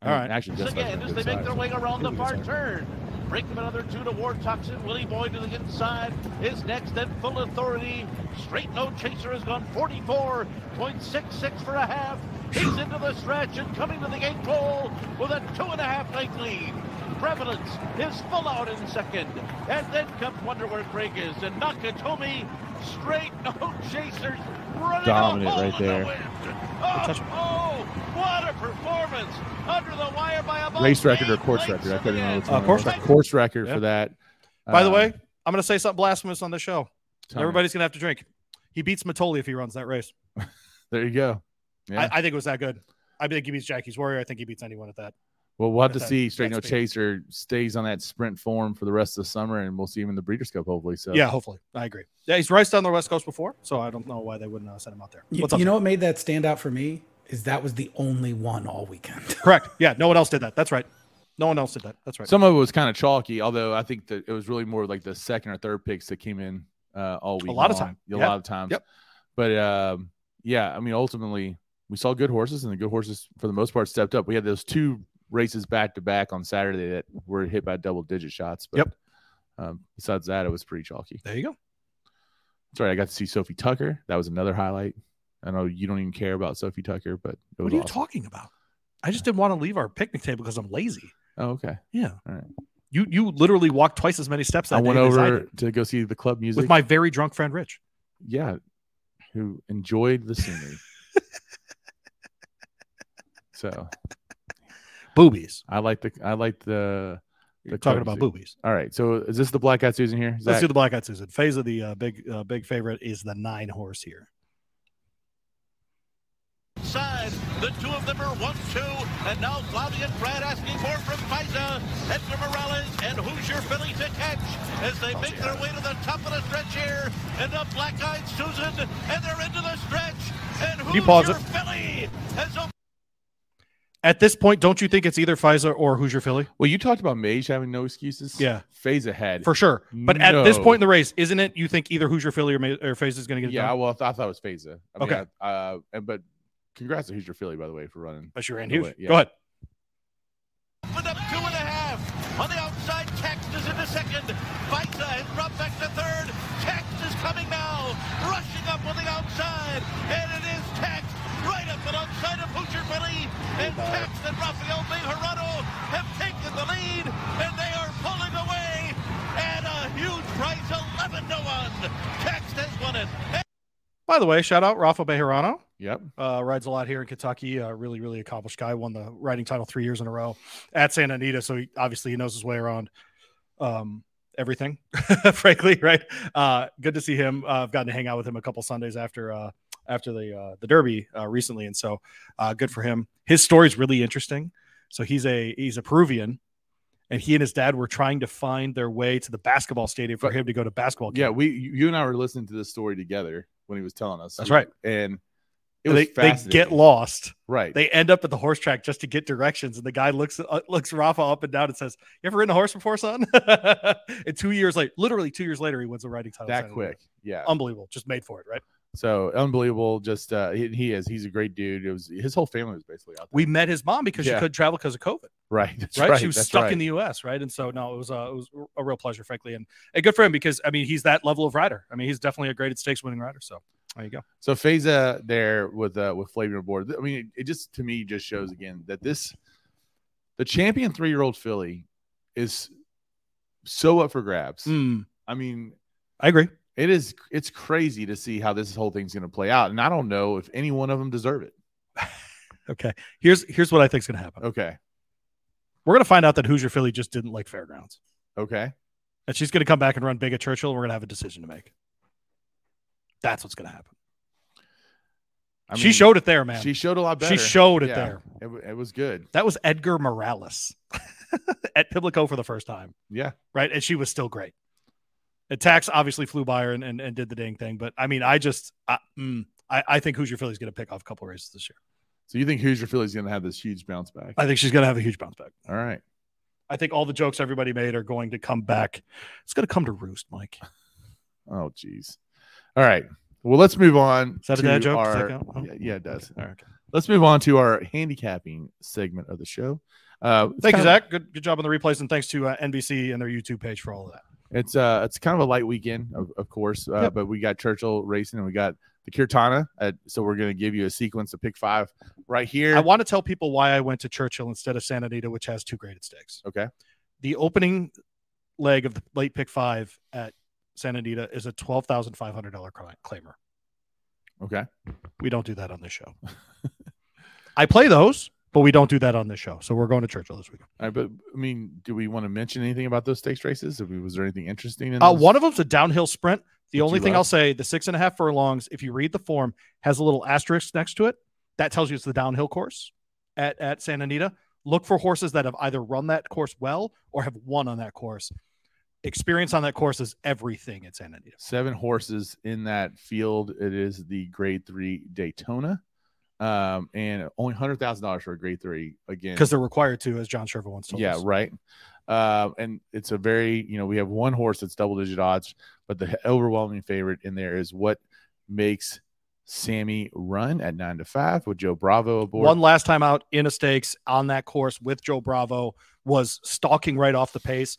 S1: I mean,
S2: All right.
S1: Actually, justify.
S6: again as they make their way around the far turn. Break them another two to Ward Toxin. Willie Boyd to the inside is next and full authority. Straight no chaser has gone 44.66 for a half. He's into the stretch and coming to the gate pole with a two and a half length lead. Prevalence is full out in second. And then comes Wonderwork Break is and Nakatomi. Straight no chasers running
S1: Dominant
S6: a hole
S1: right
S6: in the
S1: there.
S6: wind. Oh, oh, what a performance! Under the wire by about
S1: race record or
S6: eight
S1: course
S6: lengths
S1: record. I
S6: in the
S1: couldn't remember.
S6: end.
S1: which
S2: Uh,
S1: one it
S2: course
S1: was.
S2: record.
S1: Course record
S2: Yeah.
S1: for that.
S2: By the
S1: Uh,
S2: way, I'm going to say something blasphemous on the show.
S1: Tommy,
S2: Everybody's going to have to drink. He beats Matoli if he runs that race.
S1: There you go. Yeah.
S2: I, I think it was that good. I think he beats Jackie's Warrior. I think he beats anyone at that.
S1: Well, we'll have to
S2: That's-
S1: see. Straight No
S2: that's me.
S1: Chaser stays on that sprint form for the rest of the summer, and we'll see him in the Breeders' Cup hopefully. So
S2: Yeah, hopefully. I agree. Yeah, he's raced on the West Coast before, so I don't know why they wouldn't uh, send him out there.
S3: You,
S2: What's up?
S3: you know what made that stand out for me is that was the only one all weekend.
S2: Correct. Yeah, no one else did that. That's right. No one else did that. That's right.
S1: some of it was kind of chalky, although I think that it was really more like the second or third picks that came in uh, all week.
S2: lot of
S1: long.
S2: time.
S1: a
S2: Yep.
S1: lot of times.
S2: Yep.
S1: But um, yeah, I mean, ultimately, we saw good horses, and the good horses for the most part stepped up. We had those two races back to back on Saturday that were hit by double digit shots. But
S2: Yep.
S1: um, besides that, it was pretty chalky.
S2: there you go.
S1: That's right. I got to see Sophie Tucker. That was another highlight. I know you don't even care about Sophie Tucker, but it was
S2: What are you
S1: awesome.
S2: talking about? I just didn't want to leave our picnic table because I'm lazy.
S1: Oh, okay.
S2: Yeah.
S1: All right.
S2: You you literally walked twice as many steps. That
S1: I went
S2: day as I
S1: over
S2: did
S1: to go see the club music
S2: with my very drunk friend Rich.
S1: yeah, who enjoyed the (laughs) scenery. so
S2: Boobies.
S1: I like the I like the.
S2: You're
S1: the
S2: talking
S1: club
S2: about
S1: music.
S2: boobies.
S1: All right, so is this the black hat Susan here?
S2: Let's
S1: Zach?
S2: do the black eyed Susan. Phase of the uh, big uh, big favorite is the nine horse here.
S6: Side. The two of them are one, two, and now Flavia and Brad asking more from Pisa, Edgar Morales, and Hoosier Philly to catch as they make their way to the top of the stretch here, and the black-eyed Susan, and they're into the stretch, and
S2: you pause
S6: Hoosier Philly has a
S2: At this point, don't you think it's either FISA or Hoosier Philly?
S1: Well, you talked about Mage having no excuses.
S2: Yeah.
S1: phase ahead.
S2: For sure. But at this
S1: No.
S2: point in the race, isn't it you think either Hoosier Philly or, Ma- or FaZe is going to get it
S1: yeah,
S2: done?
S1: well, I, th- I thought it was Phasa. I mean,
S2: Okay.
S1: I- uh, and- but congrats to Hoosier Philly by the way for running.
S2: But you ran
S1: No
S2: huge.
S1: way, yeah.
S2: Go ahead.
S6: But up two and a half. On the outside, Text is into second. Visa has dropped back to third. Text is coming now. Rushing up on the outside. And it is Text right up alongside of Hoosier Billy. And Text and Rafael Bejarano have taken the lead. And they are pulling away. And a huge price, 11 to 1. Text has won it.
S2: By the way, shout out Rafa Bejarano.
S1: Yep.
S2: Uh, rides a lot here in Kentucky. Uh, really, really accomplished guy. Won the riding title three years in a row at Santa Anita. So he, obviously he knows his way around um, everything, (laughs) frankly, right? Uh, good to see him. Uh, I've gotten to hang out with him a couple Sundays after uh, after the uh, the Derby uh, recently, and so uh, good for him. His story's really interesting. So he's a he's a Peruvian, and he and his dad were trying to find their way to the basketball stadium for
S1: But-
S2: him to go to basketball.
S1: Yeah,
S2: camp.
S1: we you you and I were listening to this story together when he was telling us.
S2: That's right.
S1: and it was
S2: they, they get
S1: fascinating.
S2: lost.
S1: right.
S2: They end up at the horse track just to get directions, and the guy looks uh, looks Rafa up and down and says, "You ever ridden a horse before, son?" (laughs) and two years later, literally two years later, he wins the riding title.
S1: that
S2: Saturday.
S1: quick. Yeah.
S2: unbelievable. Just made for it, right?
S1: So unbelievable. Just uh, he, he is. He's a great dude. It was his whole family was basically out there.
S2: We met his mom because she
S1: Yeah.
S2: couldn't travel because of COVID,
S1: (laughs) right. That's
S2: right? She was
S1: that's
S2: stuck
S1: right.
S2: in the U.S., right? And so no, it was a it was a real pleasure, frankly, and, and good for him because I mean he's that level of rider. I mean he's definitely a graded stakes winning rider. So there you go.
S1: So Faza there with uh with Flavian on board. I mean, it, it just to me just shows again that this the champion three year old
S2: Mm.
S1: Hmm. filly is so up for grabs. I mean,
S2: I agree.
S1: It is. It's crazy to see how this whole thing's going to play out, and I don't know if any one of them deserve it.
S2: Okay. Here's here's what I think's going to happen.
S1: Okay.
S2: We're going to find out that Hoosier Philly just didn't like fairgrounds,
S1: Okay.
S2: and she's going to come back and run big at Churchill. And we're going to have a decision to make. That's what's going to happen.
S1: I
S2: she
S1: mean,
S2: showed it there, man.
S1: She
S2: She,
S1: showed a lot better.
S2: showed it
S1: Yeah.
S2: there.
S1: It, w- it was good.
S2: That was Edgar Morales (laughs) at Pimlico for the first time,
S1: Yeah.
S2: right? And she was still great. Attacks obviously flew by her and, and, and did the dang thing, but I mean, I just I, mm, I, I think Hoosier Philly's going to pick off a couple races this year.
S1: So you think Hoosier Philly's going to have this huge bounce back?
S2: I think she's going to have a huge bounce back.
S1: All right.
S2: I think all the jokes everybody made are going to come back. It's going to come to roost, Mike.
S1: Oh, jeez. All right. Well, let's move on.
S2: Is that a
S1: to
S2: dad joke? Does that
S1: Our,
S2: count? Oh.
S1: yeah, yeah, it does.
S2: All right, okay.
S1: Let's move on to our handicapping segment of the show. Uh, it's
S2: Thank
S1: kind
S2: you,
S1: of-
S2: Zach. Good, good job on the replays, and thanks to uh, NBC and their YouTube page for all of that.
S1: It's uh, it's kind of a light weekend, of, of course, uh,
S2: Yep.
S1: but we got Churchill racing and we got the Kirtana. At, so we're going to give you a sequence of pick five right here.
S2: I want to tell people why I went to Churchill instead of San Anita, which has two graded stakes.
S1: Okay.
S2: The opening leg of the late pick five at San Anita is a twelve thousand five hundred dollar claimer.
S1: okay.
S2: We don't do that on this show. (laughs) I play those, but we don't do that on this show. So we're going to Churchill this week.
S1: All right, Uh, but I mean, do we want to mention anything about those stakes races? If we- Was there anything interesting? In
S2: Uh,
S1: those?
S2: one of them's a downhill sprint. The
S1: Which
S2: only
S1: you
S2: thing
S1: love.
S2: I'll say, the six and a half furlongs, if you read the form, has a little asterisk next to it. That tells you it's the downhill course at, at Santa Anita. Look for horses that have either run that course well or have won on that course. Experience on that course is everything at Santa Anita.
S1: seven horses in that field. It is the Grade Three Daytona, um, and only hundred thousand dollars for a Grade Three again.
S2: Because they're required to, as John Sherva once told
S1: yeah,
S2: us.
S1: right. Uh, and it's a very you know we have one horse that's double digit odds, but the overwhelming favorite in there is what makes Sammy run at nine to five with Joe Bravo aboard.
S2: One last time out in a stakes on that course with Joe Bravo was stalking right off the pace.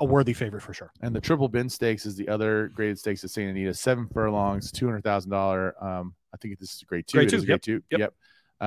S2: A worthy favorite for sure.
S1: And the triple bin stakes is the other graded stakes at Santa Anita, seven furlongs, two hundred thousand dollar. Um, I think this is grade two.
S2: Grade
S1: It
S2: two,
S1: is
S2: yep,
S1: two.
S2: yep.
S1: Yep.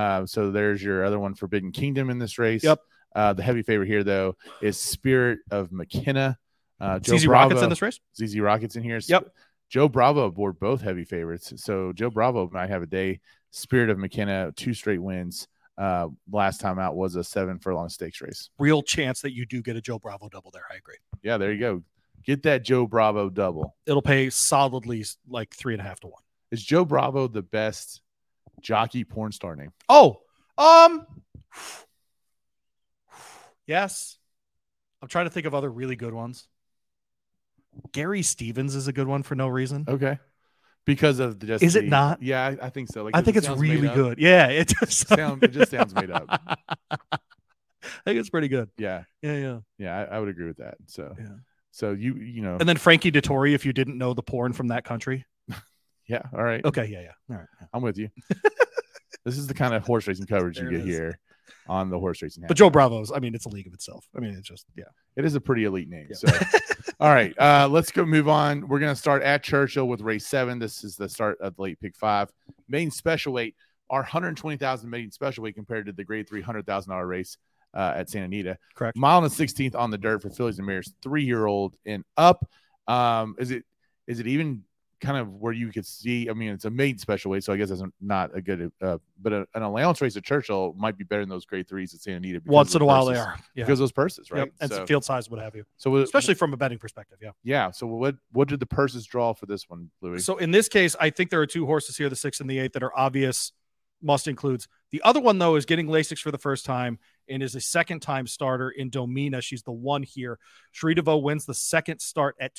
S1: Um, so there's your other one, Forbidden Kingdom, in this race.
S2: Yep.
S1: Uh, the heavy favorite here though is Spirit of McKenna. Uh, Joe
S2: CZ
S1: Bravo,
S2: Rockets in this race?
S1: ZZ Rockets in here.
S2: Yep.
S1: Joe Bravo aboard both heavy favorites. So Joe Bravo might have a day. Spirit of McKenna, two straight wins. Uh, last time out was a seven furlong stakes race.
S2: Real chance that you do get a Joe Bravo double there. I agree.
S1: Yeah, there you go. Get that Joe Bravo double.
S2: it'll pay solidly s- like three and a half to one.
S1: Is Joe Bravo the best jockey porn star name?
S2: Oh, um, yes. I'm trying to think of other really good ones. Gary Stevens is a good one for no reason.
S1: Okay. Because of the just
S2: Is it
S1: the-
S2: not?
S1: Yeah, I, I think so. Like
S2: I
S1: it
S2: think it's
S1: sounds made
S2: really
S1: up.
S2: good. Yeah, it (laughs) just
S1: Sound- it just sounds made
S2: (laughs)
S1: up.
S2: I think it's pretty good.
S1: Yeah,
S2: Yeah, yeah.
S1: yeah, I, I would agree with that. So,
S2: Yeah.
S1: so you you know,
S2: And then Frankie Dettori, if you didn't know the porn from that country.
S1: yeah, all right,
S2: Okay, yeah, yeah. All right.
S1: I'm with
S2: (laughs)
S1: you. this is the kind of horse racing coverage you
S2: There it
S1: get
S2: is.
S1: here on the horse racing.
S2: But
S1: Happy
S2: Joe Bravo's, I mean, it's a league of itself. I mean, it's just, yeah.
S1: It is a pretty elite name.
S2: Yeah.
S1: So, all right, uh, let's go move on. We're gonna start at Churchill with race seven. This is the start of the late pick five. Main special weight, our 120,000 main special weight compared to the grade 300,000 dollar race uh, at Santa Anita.
S2: Correct.
S1: Mile and 16th on the dirt for Phillies and Mirrors, three year old and up. Um, is it is it even kind of where you could see? I mean, it's a main special weight, so I guess that's not a good, uh, but a, an allowance race at Churchill might be better than those grade threes at Santa Anita. because
S2: Once
S1: of
S2: in a
S1: the
S2: while, they
S1: purses-
S2: are. Yeah.
S1: Because of those purses, right?
S2: Yep. And
S1: so,
S2: field size, what have you.
S1: so what-
S2: Especially from a betting perspective. Yeah.
S1: yeah. So what what did the purses draw for this one, Louis?
S2: So in this case, I think there are two horses here, the six and the eight, that are obvious must includes. The other one, though, is getting Lasix for the first time and is a second time starter in Domina. She's the one here. Sheree DeVoe wins the second start at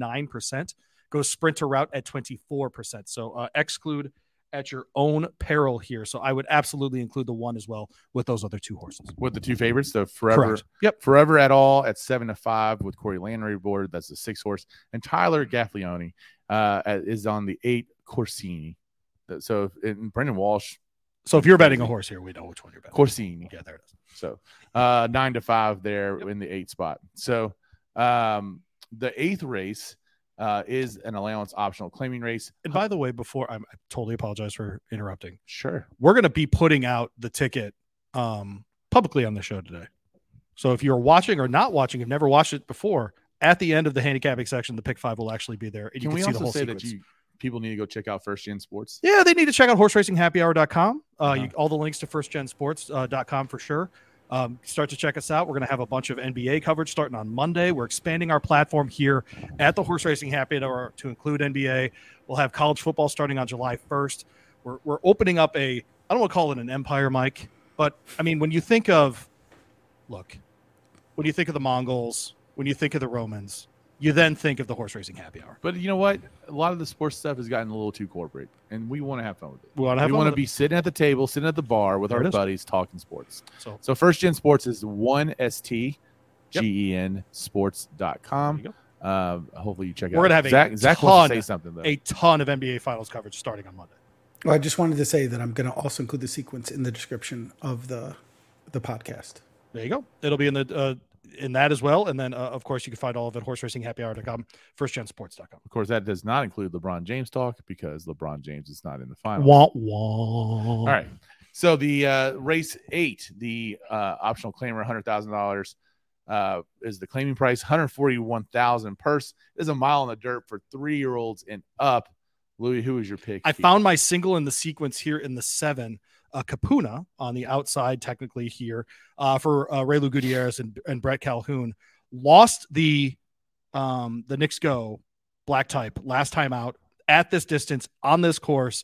S2: 29%, goes sprinter route at 24%. So uh, exclude at your own peril here. So I would absolutely include the one as well with those other two horses.
S1: with the two favorites, the forever
S2: Correct. Yep.
S1: forever at all at seven to five with Corey Landry aboard. That's the six horse, and Tyler Gaffleone uh, at- is on the eight Corsini. That- So and Brendan Walsh
S2: So if you're betting a horse here, we know which one you're betting.
S1: Corsini.
S2: Yeah, there it is.
S1: So uh, nine to five there in the eight spot. So um, the eighth race uh, is an allowance optional claiming race.
S2: And by the way, before I'm, I totally apologize for interrupting.
S1: Sure.
S2: we're going to be putting out the ticket um, publicly on the show today. So if you're watching or not watching, have never watched it before, At the end of the handicapping section, the pick five will actually be there. And you
S1: Can
S2: can,
S1: we
S2: see the
S1: also
S2: whole
S1: say
S2: sequence.
S1: that you people need to go check out First Gen Sports?
S2: Yeah, they need to check out horseracinghappyhour.com. Uh,
S1: Uh-huh.
S2: you, all the links to firstgensports.com uh, dot com for sure. Um, start to check us out. We're going to have a bunch of NBA coverage starting on Monday. We're expanding our platform here at the Horse Racing Happy Hour to include NBA. We'll have college football starting on July 1st. We're, we're opening up a, I don't want to call it an empire, Mike, but I mean, when you think of, look, when you think of the Mongols, when you think of the Romans, you then think of the Horse Racing Happy Hour.
S1: But you know what? A lot of the sports stuff has gotten a little too corporate, and we want to have fun with it.
S2: We want to have
S1: we
S2: fun
S1: want
S2: with
S1: to be sitting at the table, sitting at the bar with
S2: There it
S1: our
S2: is.
S1: buddies talking sports.
S2: it. So
S1: So First Gen Sports is one S T
S2: Yep.
S1: G E N sports.com.
S2: There you
S1: Uh, hopefully you check
S2: We're
S1: it
S2: gonna
S1: out.
S2: have a
S1: Zach, Zach wants to
S2: ton-
S1: say something though.
S2: a ton of NBA Finals coverage starting on Monday.
S3: Well, I just wanted to say that I'm going to also include the sequence in the description of the the podcast.
S2: There you go. It'll be in the uh, in that as well, and then uh, of course you can find all of it at horseracinghappyhour.com, firstgensports.com.
S1: of course, that does not include LeBron James talk because LeBron James is not in the final.
S2: Wah, wah.
S1: All right. So the uh, race eight, the uh, optional claimer, hundred thousand dollars, uh, is the claiming price. Hundred forty-one thousand purse This is a mile in the dirt for three-year-olds and up. Louis, who is your pick?
S2: I
S1: here?
S2: found my single in the sequence here in the seven, uh, Kapuna on the outside, technically here uh, for uh, Raylu Gutierrez and, and Brett Calhoun. Lost the um, the Knicks go black type last time out at this distance on this course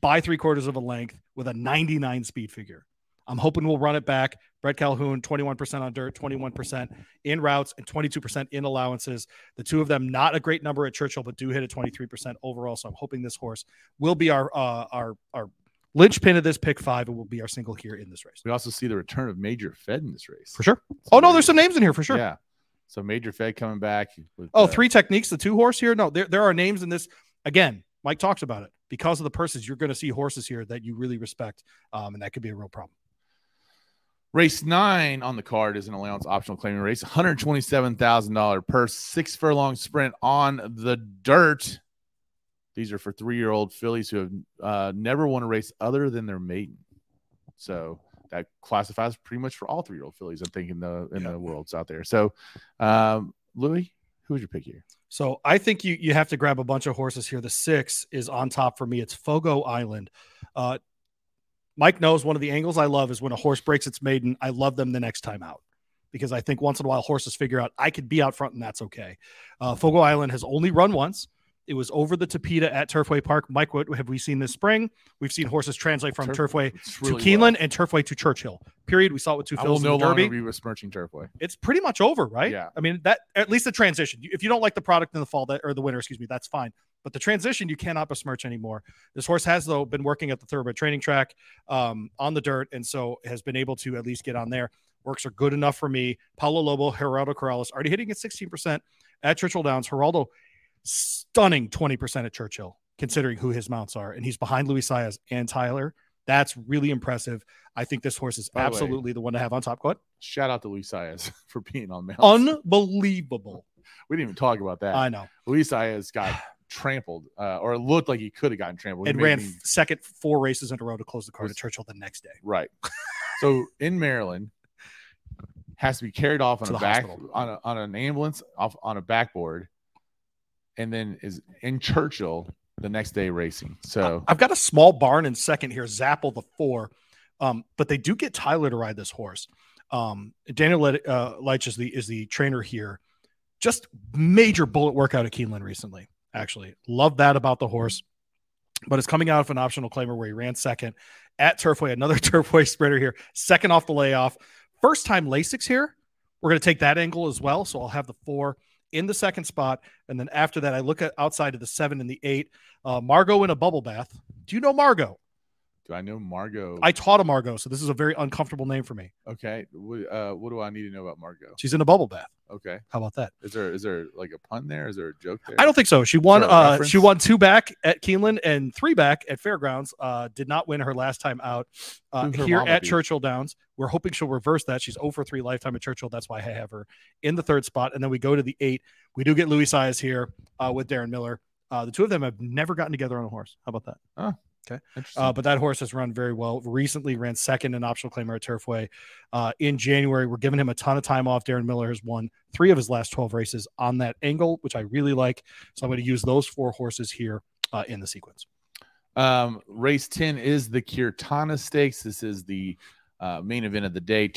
S2: by three quarters of a length with a 99 speed figure. I'm hoping we'll run it back. Brett Calhoun, 21% on dirt, 21% in routes, and 22% in allowances. The two of them, not a great number at Churchill, but do hit a 23% overall. So I'm hoping this horse will be our uh, our our linchpin of this pick five and will be our single here in this race
S1: We also see the return of Major Fed in this race.
S2: for sure. Oh no, there's some names in here for sure.
S1: Yeah. So Major Fed coming back. With,
S2: Oh,
S1: uh,
S2: three techniques, the two horse here. No, there, there are names in this. Again, Mike talks about it because of the purses. You're going to see horses here that you really respect, um, and that could be a real problem.
S1: Race nine on the card is an allowance optional claiming race. $127,000 purse, six furlong sprint on the dirt. These are for three year old fillies who have uh, never won a race other than their maiden. So that classifies pretty much for all three year old fillies, I think, in the in the worlds out there. So, um, Louis, who's your pick here?
S2: So I think you you have to grab a bunch of horses here. The six is on top for me. It's Fogo Island. Uh, Mike knows one of the angles I love is when a horse breaks its maiden. I love them the next time out because I think once in a while horses figure out I could be out front and that's okay. Uh, Fogo Island has only run once. It was over the Tapeta at Turfway Park. Mike, what have we seen this spring? We've seen horses translate from
S1: Turf-
S2: Turfway
S1: It's
S2: to
S1: really
S2: Keeneland
S1: low.
S2: and Turfway to Churchill. Period. We saw it with two
S1: I will
S2: fills in
S1: no
S2: the Derby
S1: longer be besmirching Turfway.
S2: it's pretty much over, right?
S1: Yeah.
S2: I mean, that at least the transition. If you don't like the product in the fall that or the winter, excuse me, that's fine. But the transition you cannot besmirch anymore. This horse has though been working at the thoroughbred training track um, on the dirt, and so has been able to at least get on there. Works are good enough for me. Paulo Lobo, Geraldo Corrales already hitting at sixteen percent at Churchill Downs. Geraldo stunning twenty percent at Churchill, considering who his mounts are, and he's behind Luis Saez and Tyler. That's really impressive. I think this horse is
S1: By the way-
S2: absolutely the one to have on top. Go ahead.
S1: Shout out to Luis Saez (laughs) for being on Mount.
S2: Unbelievable.
S1: we didn't even talk about that.
S2: I know.
S1: Luis Saez
S2: (sighs)
S1: got trampled, uh, or it looked like he could have gotten trampled. He
S2: and
S1: made
S2: ran
S1: me-
S2: second four races in a row to close the card
S1: Was-
S2: at Churchill the next day. (laughs)
S1: right. So in Maryland, has to be carried off on
S2: To
S1: a
S2: the
S1: back
S2: hospital.
S1: on, a, on an ambulance off on a backboard, and then is in Churchill the next day racing. So
S2: I've got a small barn in second here, Zapple the four. Um, but they do get Tyler to ride this horse. Um, Daniel Led- uh, Leitch is the is the trainer here. Just major bullet workout at Keeneland recently. Actually, love that about the horse. But it's coming out of an optional claimer where he ran second at Turfway, another (laughs) Turfway sprinter here, second off the layoff. First time Lasix here. We're going to take that angle as well. So I'll have the four in the second spot. And then after that, I look at outside of the seven and the eight. Uh, Margot in a bubble bath. Do you know Margot?
S1: do I know Margot?
S2: I taught a Margot, so this is a very uncomfortable name for me.
S1: okay. What, uh, what do I need to know about Margot?
S2: She's in a bubble bath.
S1: Okay.
S2: How about that?
S1: Is there is there like a pun there? Is there a joke there?
S2: I don't think so. She won.
S1: Sort of
S2: Uh,
S1: reference.
S2: she won two back at Keeneland and three back at Fairgrounds. Uh, did not win her last time out uh,
S1: Who'd her
S2: here
S1: mama
S2: at
S1: be?
S2: Churchill Downs. We're hoping she'll reverse that. She's 0 for three lifetime at Churchill. That's why I have her in the third spot. And then we go to the eight. We do get Louis Size here uh, with Darren Miller. Uh, the two of them have never gotten together on a horse. How about that?
S1: Huh. Interesting.
S2: Uh, but that horse has run very well. Recently ran second in optional claimer at Turfway uh, in January. We're giving him a ton of time off. Darren Miller has won three of his last 12 races on that angle, which I really like. So I'm going to use those four horses here uh, in the sequence.
S1: Um, race 10 is the Kirtana Stakes. This is the uh, main event of the day.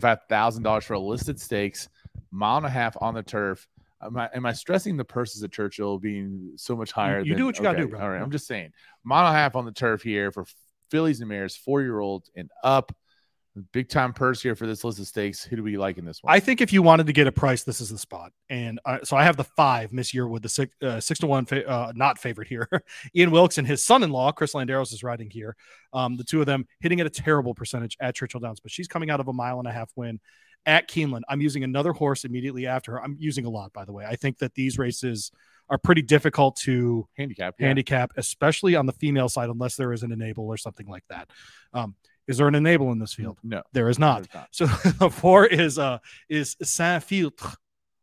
S1: $225,000 for a listed stakes, mile and a half on the turf. Am I, am I stressing the purses at Churchill being so much higher?
S2: you
S1: than-
S2: do what you gotta do,
S1: okay,
S2: brother.
S1: All right. I'm just saying, mile and a half on the turf here for fillies and mares, four year olds and up. Big time purse here for this list of stakes. Who do we like in this one?
S2: I think if you wanted to get a price, this is the spot. And uh, so I have the five Miss Yearwood, the six, uh, six to one, fa- uh, not favorite here. (laughs) Ian Wilkes and his son-in-law Chris Landeros is riding here. Um, the two of them hitting at a terrible percentage at Churchill Downs, but she's coming out of a mile and a half win at Keeneland. I'm using another horse immediately after her. I'm using a lot, by the way. I think that these races are pretty difficult to
S1: handicap. yeah.
S2: handicap, especially on the female side, unless there is an enable or something like that. Um, is there an enable in this field?
S1: No,
S2: There is not.
S1: there's not.
S2: So (laughs) the four is uh is sans filtre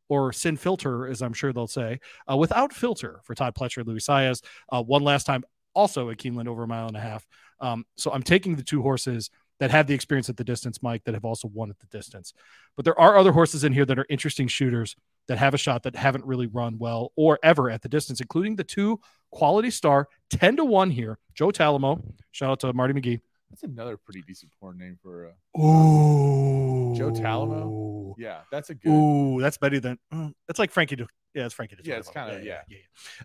S2: or sin filter, as I'm sure they'll say, uh, without filter for Todd Pletcher and Luis Saez. Uh, one last time, also at Keeneland over a mile and a half. Um, so I'm taking the two horses that have the experience at the distance, Mike, that have also won at the distance. But there are other horses in here that are interesting shooters that have a shot that haven't really run well or ever at the distance, including the two quality star 10 to 1 here, Joe Talamo. Shout out to Marty McGee.
S1: That's another pretty decent porn name for. Uh,
S2: Ooh.
S1: Joe Talamo? yeah, that's a good.
S2: Ooh, that's better than. mm, That's like Frankie. Du- yeah, it's Frankie. Du-
S1: Yeah, it's kinda-
S2: yeah. yeah.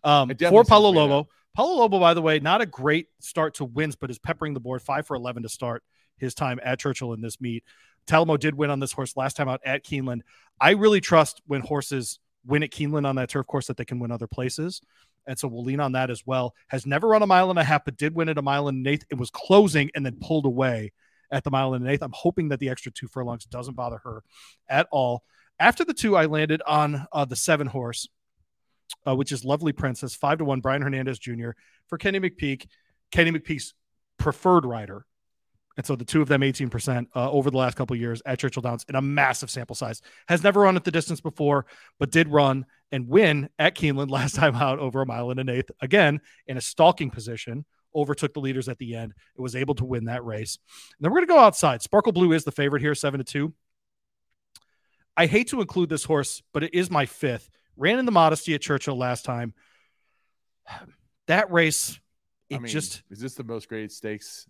S2: Um,
S1: It definitely
S2: for Paulo
S1: sounds made
S2: Lobo. Paulo Lobo, by the way, not a great start to wins, but is peppering the board five for eleven to start his time at Churchill in this meet. Talamo did win on this horse last time out at Keeneland. I really trust when horses win at Keeneland on that turf course that they can win other places. And so we'll lean on that as well. Has never run a mile and a half, but did win at a mile and an eighth. It was closing and then pulled away at the mile and an eighth. I'm hoping that the extra two furlongs doesn't bother her at all. After the two, I landed on uh, the seven horse, uh, which is Lovely Princess, five to one, Brian Hernandez Jr. for Kenny McPeak, Kenny McPeak's preferred rider. And so the two of them, 18% uh, over the last couple of years at Churchill Downs in a massive sample size. Has never run at the distance before, but did run and win at Keeneland (laughs) last time out over a mile and an eighth. Again, in a stalking position, overtook the leaders at the end. It was able to win that race. And then we're going to go outside. Sparkle Blue is the favorite here, seven to two. I hate to include this horse, but it is my fifth. Ran in the modesty at Churchill last time. (sighs) That race,
S1: I
S2: it
S1: mean,
S2: just
S1: is this the most graded stakes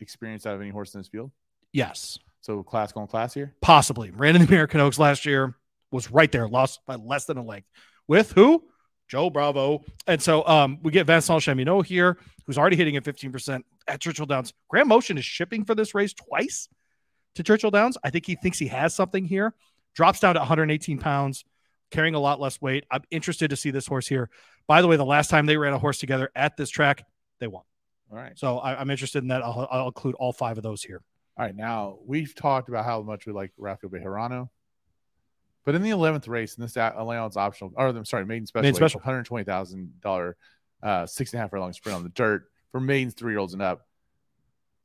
S1: experience out of any horse in this field?
S2: yes,
S1: So class going class here.
S2: possibly ran in the American Oaks last year. Was right there, lost by less than a length. With who? Joe Bravo. And so um, we get Vincent Cheminot here, who's already hitting at 15% at Churchill Downs. Grand Motion is shipping for this race twice to Churchill Downs. I think he thinks he has something here. Drops down to 118 pounds, carrying a lot less weight. I'm interested to see this horse here. By the way, the last time they ran a horse together at this track, they won.
S1: All right.
S2: So I, I'm interested in that. I'll, I'll include all five of those here.
S1: All right. Now we've talked about how much we like Rafael Bejarano. But in the eleventh race, in this a- allowance optional, or I'm sorry, maiden special,
S2: Maiden special.
S1: one hundred twenty thousand dollar, uh, six and a half furlong sprint on the dirt for maidens three year olds and up.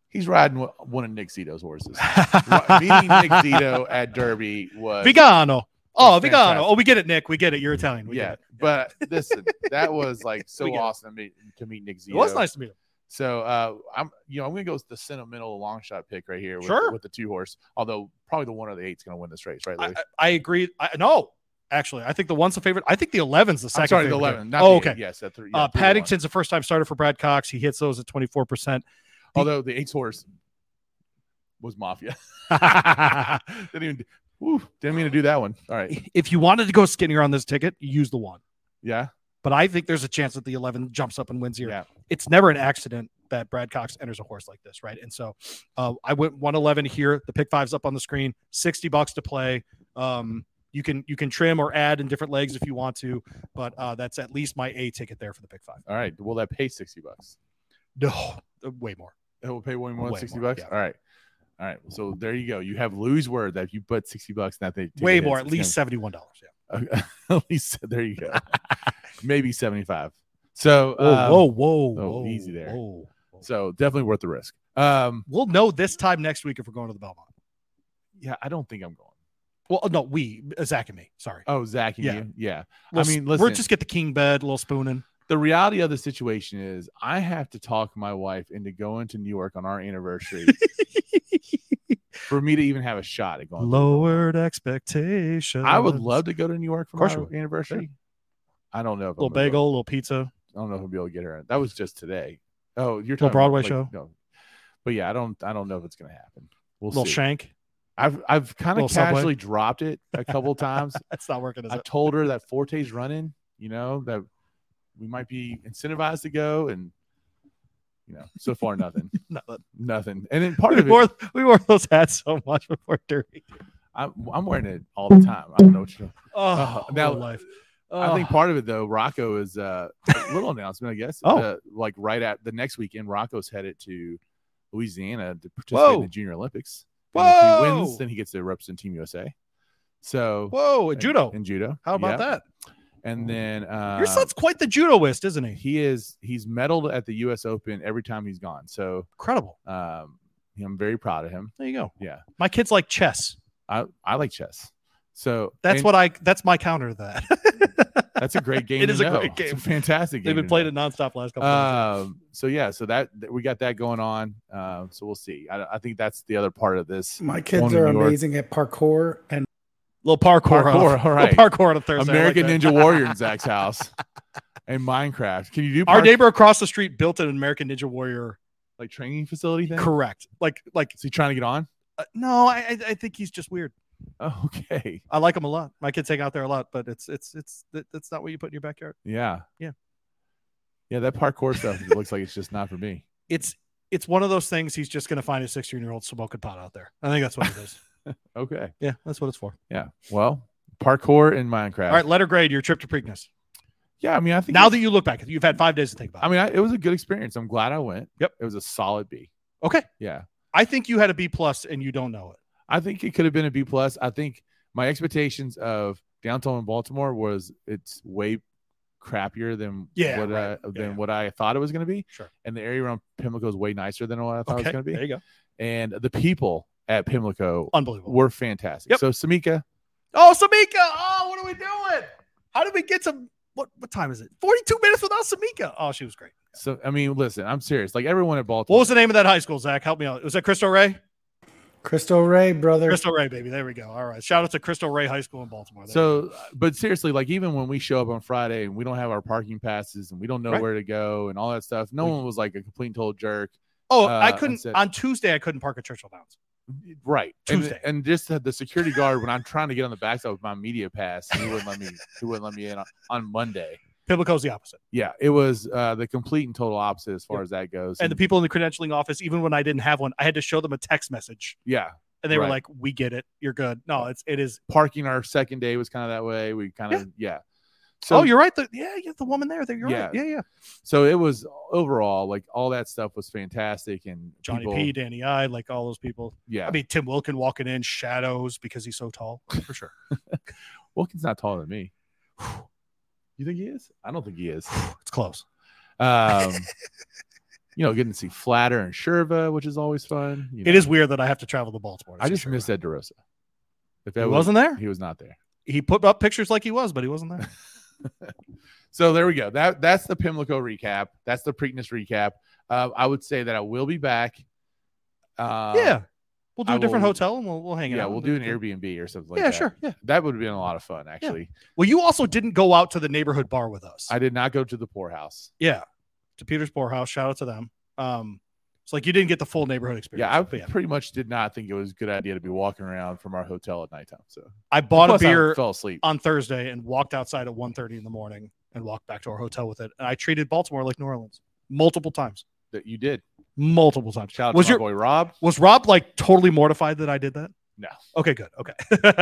S1: He's riding one- one of Nick Zito's horses. Ri- Beating
S2: (laughs)
S1: Nick Zito at Derby was
S2: Vigano. Oh,
S1: That's
S2: Vigano.
S1: Uh, fantastic.
S2: Oh, we get it, Nick. We get it. You're Italian. We
S1: yeah.
S2: get
S1: But listen, that was like so
S2: (laughs) We get it.
S1: awesome to meet, to meet Nick Zito.
S2: it. It was nice to meet him.
S1: So uh, I'm, you know, I'm gonna go with the sentimental long shot pick right here. With,
S2: Sure.
S1: with the two horse, although probably the one or the eight's gonna win this race, right?
S2: I,
S1: Louis?
S2: I- I agree. I, no, actually, I think the one's the favorite. I think the 11's the second.
S1: I'm sorry, the
S2: favorite here.
S1: eleven. Not
S2: oh,
S1: the
S2: okay.
S1: Eight. Yes, that three. yeah,
S2: uh,
S1: three to one.
S2: Paddington's a first time starter for Brad Cox. He hits those at 24%.
S1: Although the eight's horse was
S2: (laughs)
S1: Mafia. (laughs) didn't even. Whew, didn't mean to do that one. All right.
S2: if you wanted to go skinnier on this ticket, you use the one.
S1: Yeah.
S2: But I think there's a chance that the 11 jumps up and wins here.
S1: Yeah.
S2: It's never an accident that Brad Cox enters a horse like this, right? And so uh, I went 111 here. The pick five's up on the screen. 60 bucks to play. Um, you can you can trim or add in different legs if you want to, but uh, that's at least my A ticket there for the pick five.
S1: All right. Will that pay sixty bucks?
S2: No, uh, way more.
S1: It will pay way more than
S2: Way
S1: sixty
S2: more,
S1: bucks.
S2: yeah.
S1: All right. All right. So there you go. You have Louis' word that if you put sixty bucks, that they
S2: Way more. At least $71. Yeah.
S1: (laughs) at least there you
S2: (laughs)
S1: go. Maybe seventy five. So um,
S2: whoa, whoa, whoa,
S1: oh,
S2: whoa.
S1: easy there.
S2: Whoa.
S1: So definitely worth the risk. Um,
S2: We'll know this time next week if we're going to the Belmont.
S1: yeah, I don't think I'm going.
S2: Well, no, we, uh, Zach and me. Sorry.
S1: Oh, Zach, and
S2: Yeah.
S1: you? yeah. I
S2: Little s-
S1: mean,
S2: we'll
S1: listen.
S2: just get the king bed, a little spooning.
S1: the reality of the situation is I have to talk my wife into going to New York on our
S2: (laughs)
S1: anniversary for me to even have a shot at going.
S2: Lowered expectations.
S1: I would love to go to New York for
S2: Of course
S1: my
S2: you would.
S1: anniversary. I don't know if I'm
S2: little
S1: gonna
S2: bagel, little pizza.
S1: I don't know if I'll be able to get her. in. That was just today. Oh, you're
S2: Little
S1: talking about,
S2: Broadway
S1: like,
S2: show?
S1: No. But yeah, I don't. I don't know if it's gonna happen. We'll
S2: little
S1: see.
S2: shank.
S1: I've I've kind
S2: little
S1: of
S2: Subway?
S1: casually dropped it a couple times.
S2: That's not working, is
S1: I
S2: it?
S1: told her that Forte's running. You know that we might be incentivized to go, and you know, so far
S2: (laughs)
S1: nothing,
S2: Nothing.
S1: nothing. And then part
S2: We
S1: of it,
S2: wore, we wore those hats so much before
S1: (laughs)
S2: Derby.
S1: I'm, I'm wearing it all the time. I don't know what you're.
S2: Oh,
S1: now-
S2: now, life.
S1: I think part of it though, Rocco is uh, a little announcement, I guess.
S2: Oh.
S1: Uh, like right at the next weekend, Rocco's headed to Louisiana to participate in
S2: Whoa.
S1: the Junior Olympics. And if he
S2: Whoa.
S1: wins, then he gets to represent Team USA. So
S2: Whoa, and judo.
S1: in judo.
S2: How about
S1: Yep.
S2: that?
S1: And then uh,
S2: Your son's quite the judoist, isn't he?
S1: he is he's medaled at the U.S. Open every time he's gone. So
S2: Incredible.
S1: um, I'm very proud of him.
S2: There you go.
S1: Yeah.
S2: My kids like chess.
S1: I I like chess. So
S2: That's
S1: and
S2: what I. That's my counter to that.
S1: (laughs)
S2: (laughs)
S1: that's a great game.
S2: It
S1: to
S2: is a
S1: know.
S2: great
S1: It's
S2: game.
S1: fantastic game.
S2: They've been
S1: to
S2: playing
S1: know.
S2: it nonstop last couple. of years.
S1: um so yeah so that th- we got that going on um so we'll see i, I think that's the other part of this
S3: My
S1: Going
S3: kids
S1: to
S3: are
S1: New York.
S3: amazing at parkour and
S2: little parkour.
S1: parkour,
S2: off.
S1: all
S2: (laughs)
S1: right.
S2: Little parkour on a Thursday. I like
S1: american
S2: that.
S1: ninja warrior in zach's house and minecraft can you do
S2: Our
S1: park-
S2: neighbor across the street built an American Ninja Warrior.
S1: like training facility thing
S2: Correct. Like, like
S1: is he trying to get on
S2: uh, no, I, I- I think he's just weird.
S1: oh, (laughs) okay
S2: I like him a lot. My kids hang out there a lot, but it's, it's, it's, that- that's not what you put in your backyard.
S1: yeah
S2: Yeah.
S1: yeah that parkour stuff (laughs) it looks like it's just not for me
S2: It's, it's one of those things. He's just going to find a 16 year old smoking pot out there. I think that's what it is.
S1: okay
S2: (laughs) yeah, that's what it's for.
S1: yeah well parkour and minecraft
S2: All right, letter grade your trip to Preakness.
S1: yeah i mean i think
S2: Now
S1: it's-
S2: that you look back, you've had five days to think about.
S1: i
S2: It.
S1: mean I, it was a good experience i'm glad i went
S2: Yep.
S1: it was a solid b
S2: Okay,
S1: yeah
S2: I think you had a B plus and you don't know it.
S1: I think it could have been a B plus. I think my expectations of downtown in Baltimore was it's way crappier than
S2: Yeah,
S1: what
S2: right.
S1: I, than
S2: Yeah.
S1: what I thought it was going to be.
S2: Sure.
S1: And the area around Pimlico is way nicer than what I thought
S2: Okay,
S1: it was going to
S2: there
S1: be.
S2: you go.
S1: And the people at Pimlico
S2: Unbelievable.
S1: were fantastic.
S2: Yep.
S1: So Samika,
S2: Oh, Samika. Oh, what are we doing? How did we get to what what time is it? 42 minutes without Samika. Oh, she was great.
S1: so I mean, listen, I'm serious. Like everyone at Baltimore,
S2: What was the name of that high school, Zach? Help me out. Was that Crystal Ray?
S3: Crystal Ray, brother.
S2: Crystal Ray, baby. There we go. All right. Shout out to Crystal Ray High School in Baltimore. There you
S1: So, but seriously, like even when we show up on Friday and we don't have our parking passes and we don't know
S2: Right.
S1: where to go and all that stuff, no one was like a complete and total jerk.
S2: go. oh,
S1: uh,
S2: I couldn't
S1: that's it.
S2: on Tuesday. I couldn't park at Churchill Downs.
S1: right And-
S2: Tuesday.
S1: and, just the, the security guard when i'm trying to get on the backside with my media pass he wouldn't let me he wouldn't let me in on, on monday
S2: Pimlico's the opposite.
S1: yeah it was uh the complete and total opposite as far
S2: Yep.
S1: as that goes
S2: And the people in the credentialing office, even when I didn't have one, I had to show them a text message,
S1: yeah
S2: and they were
S1: Right.
S2: like, "We get it. You're good." No, it's it is.
S1: parking our second day was kind of that way we kind of yeah,
S2: oh, you're right. The, yeah, yeah, the woman there. There, you're right.
S1: Yeah.
S2: Yeah, yeah.
S1: so it was overall like all that stuff was fantastic and
S2: Johnny
S1: people,
S2: P, Danny I, like all those people.
S1: yeah
S2: I mean, Tim Wilkin walking in shadows because he's so tall for sure.
S1: wilkins not taller than me (sighs) you think he is i don't think he is
S2: it's close. (laughs)
S1: um you know getting to see flatter and sherva which is always fun you know.
S2: It is weird that I have to travel to Baltimore.
S1: I just missed Ed DeRosa. If
S2: He
S1: was-
S2: wasn't there.
S1: he was not there.
S2: He put up pictures like he was, but he wasn't there.
S1: So there we go. That that's the Pimlico recap. That's the Preakness recap. Uh, I would say that I will be back. (laughs) Uh,
S2: yeah, we'll do
S1: I
S2: a different
S1: will-
S2: hotel and we'll we'll hang out.
S1: yeah,
S2: and
S1: we'll do an Airbnb or something. like
S2: yeah,
S1: that.
S2: sure. Yeah.
S1: That would have been a lot of fun, actually.
S2: Well, you also didn't go out to the neighborhood bar with us.
S1: I did not go to the poorhouse.
S2: yeah, to Peter's Poorhouse. Shout out to them. Um, it's like you didn't get the full neighborhood experience.
S1: Yeah, I
S2: but yeah.
S1: pretty much did not think it was a good idea to be walking around from our hotel at nighttime. So
S2: I bought
S1: Plus,
S2: a beer
S1: I fell asleep.
S2: on Thursday and walked outside at 1.30 in the morning and walked back to our hotel with it. And I treated Baltimore like New Orleans multiple times,
S1: That you did.
S2: multiple times.
S1: Shout out
S2: was
S1: to
S2: your
S1: my boy Rob.
S2: was Rob like totally mortified that I did that?
S1: No.
S2: Okay, good. Okay. (laughs)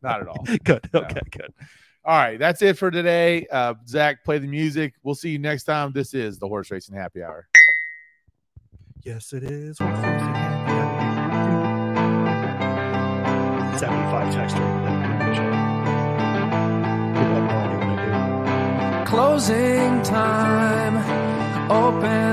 S1: Not at all.
S2: good.
S1: No.
S2: Okay, good.
S1: All right, that's it for today. Uh, Zach, play the music. We'll see you next time. This is the Horse Racing Happy Hour.
S2: Yes, it is. 75 text rate. People have no idea what I do.
S7: Closing time. Open.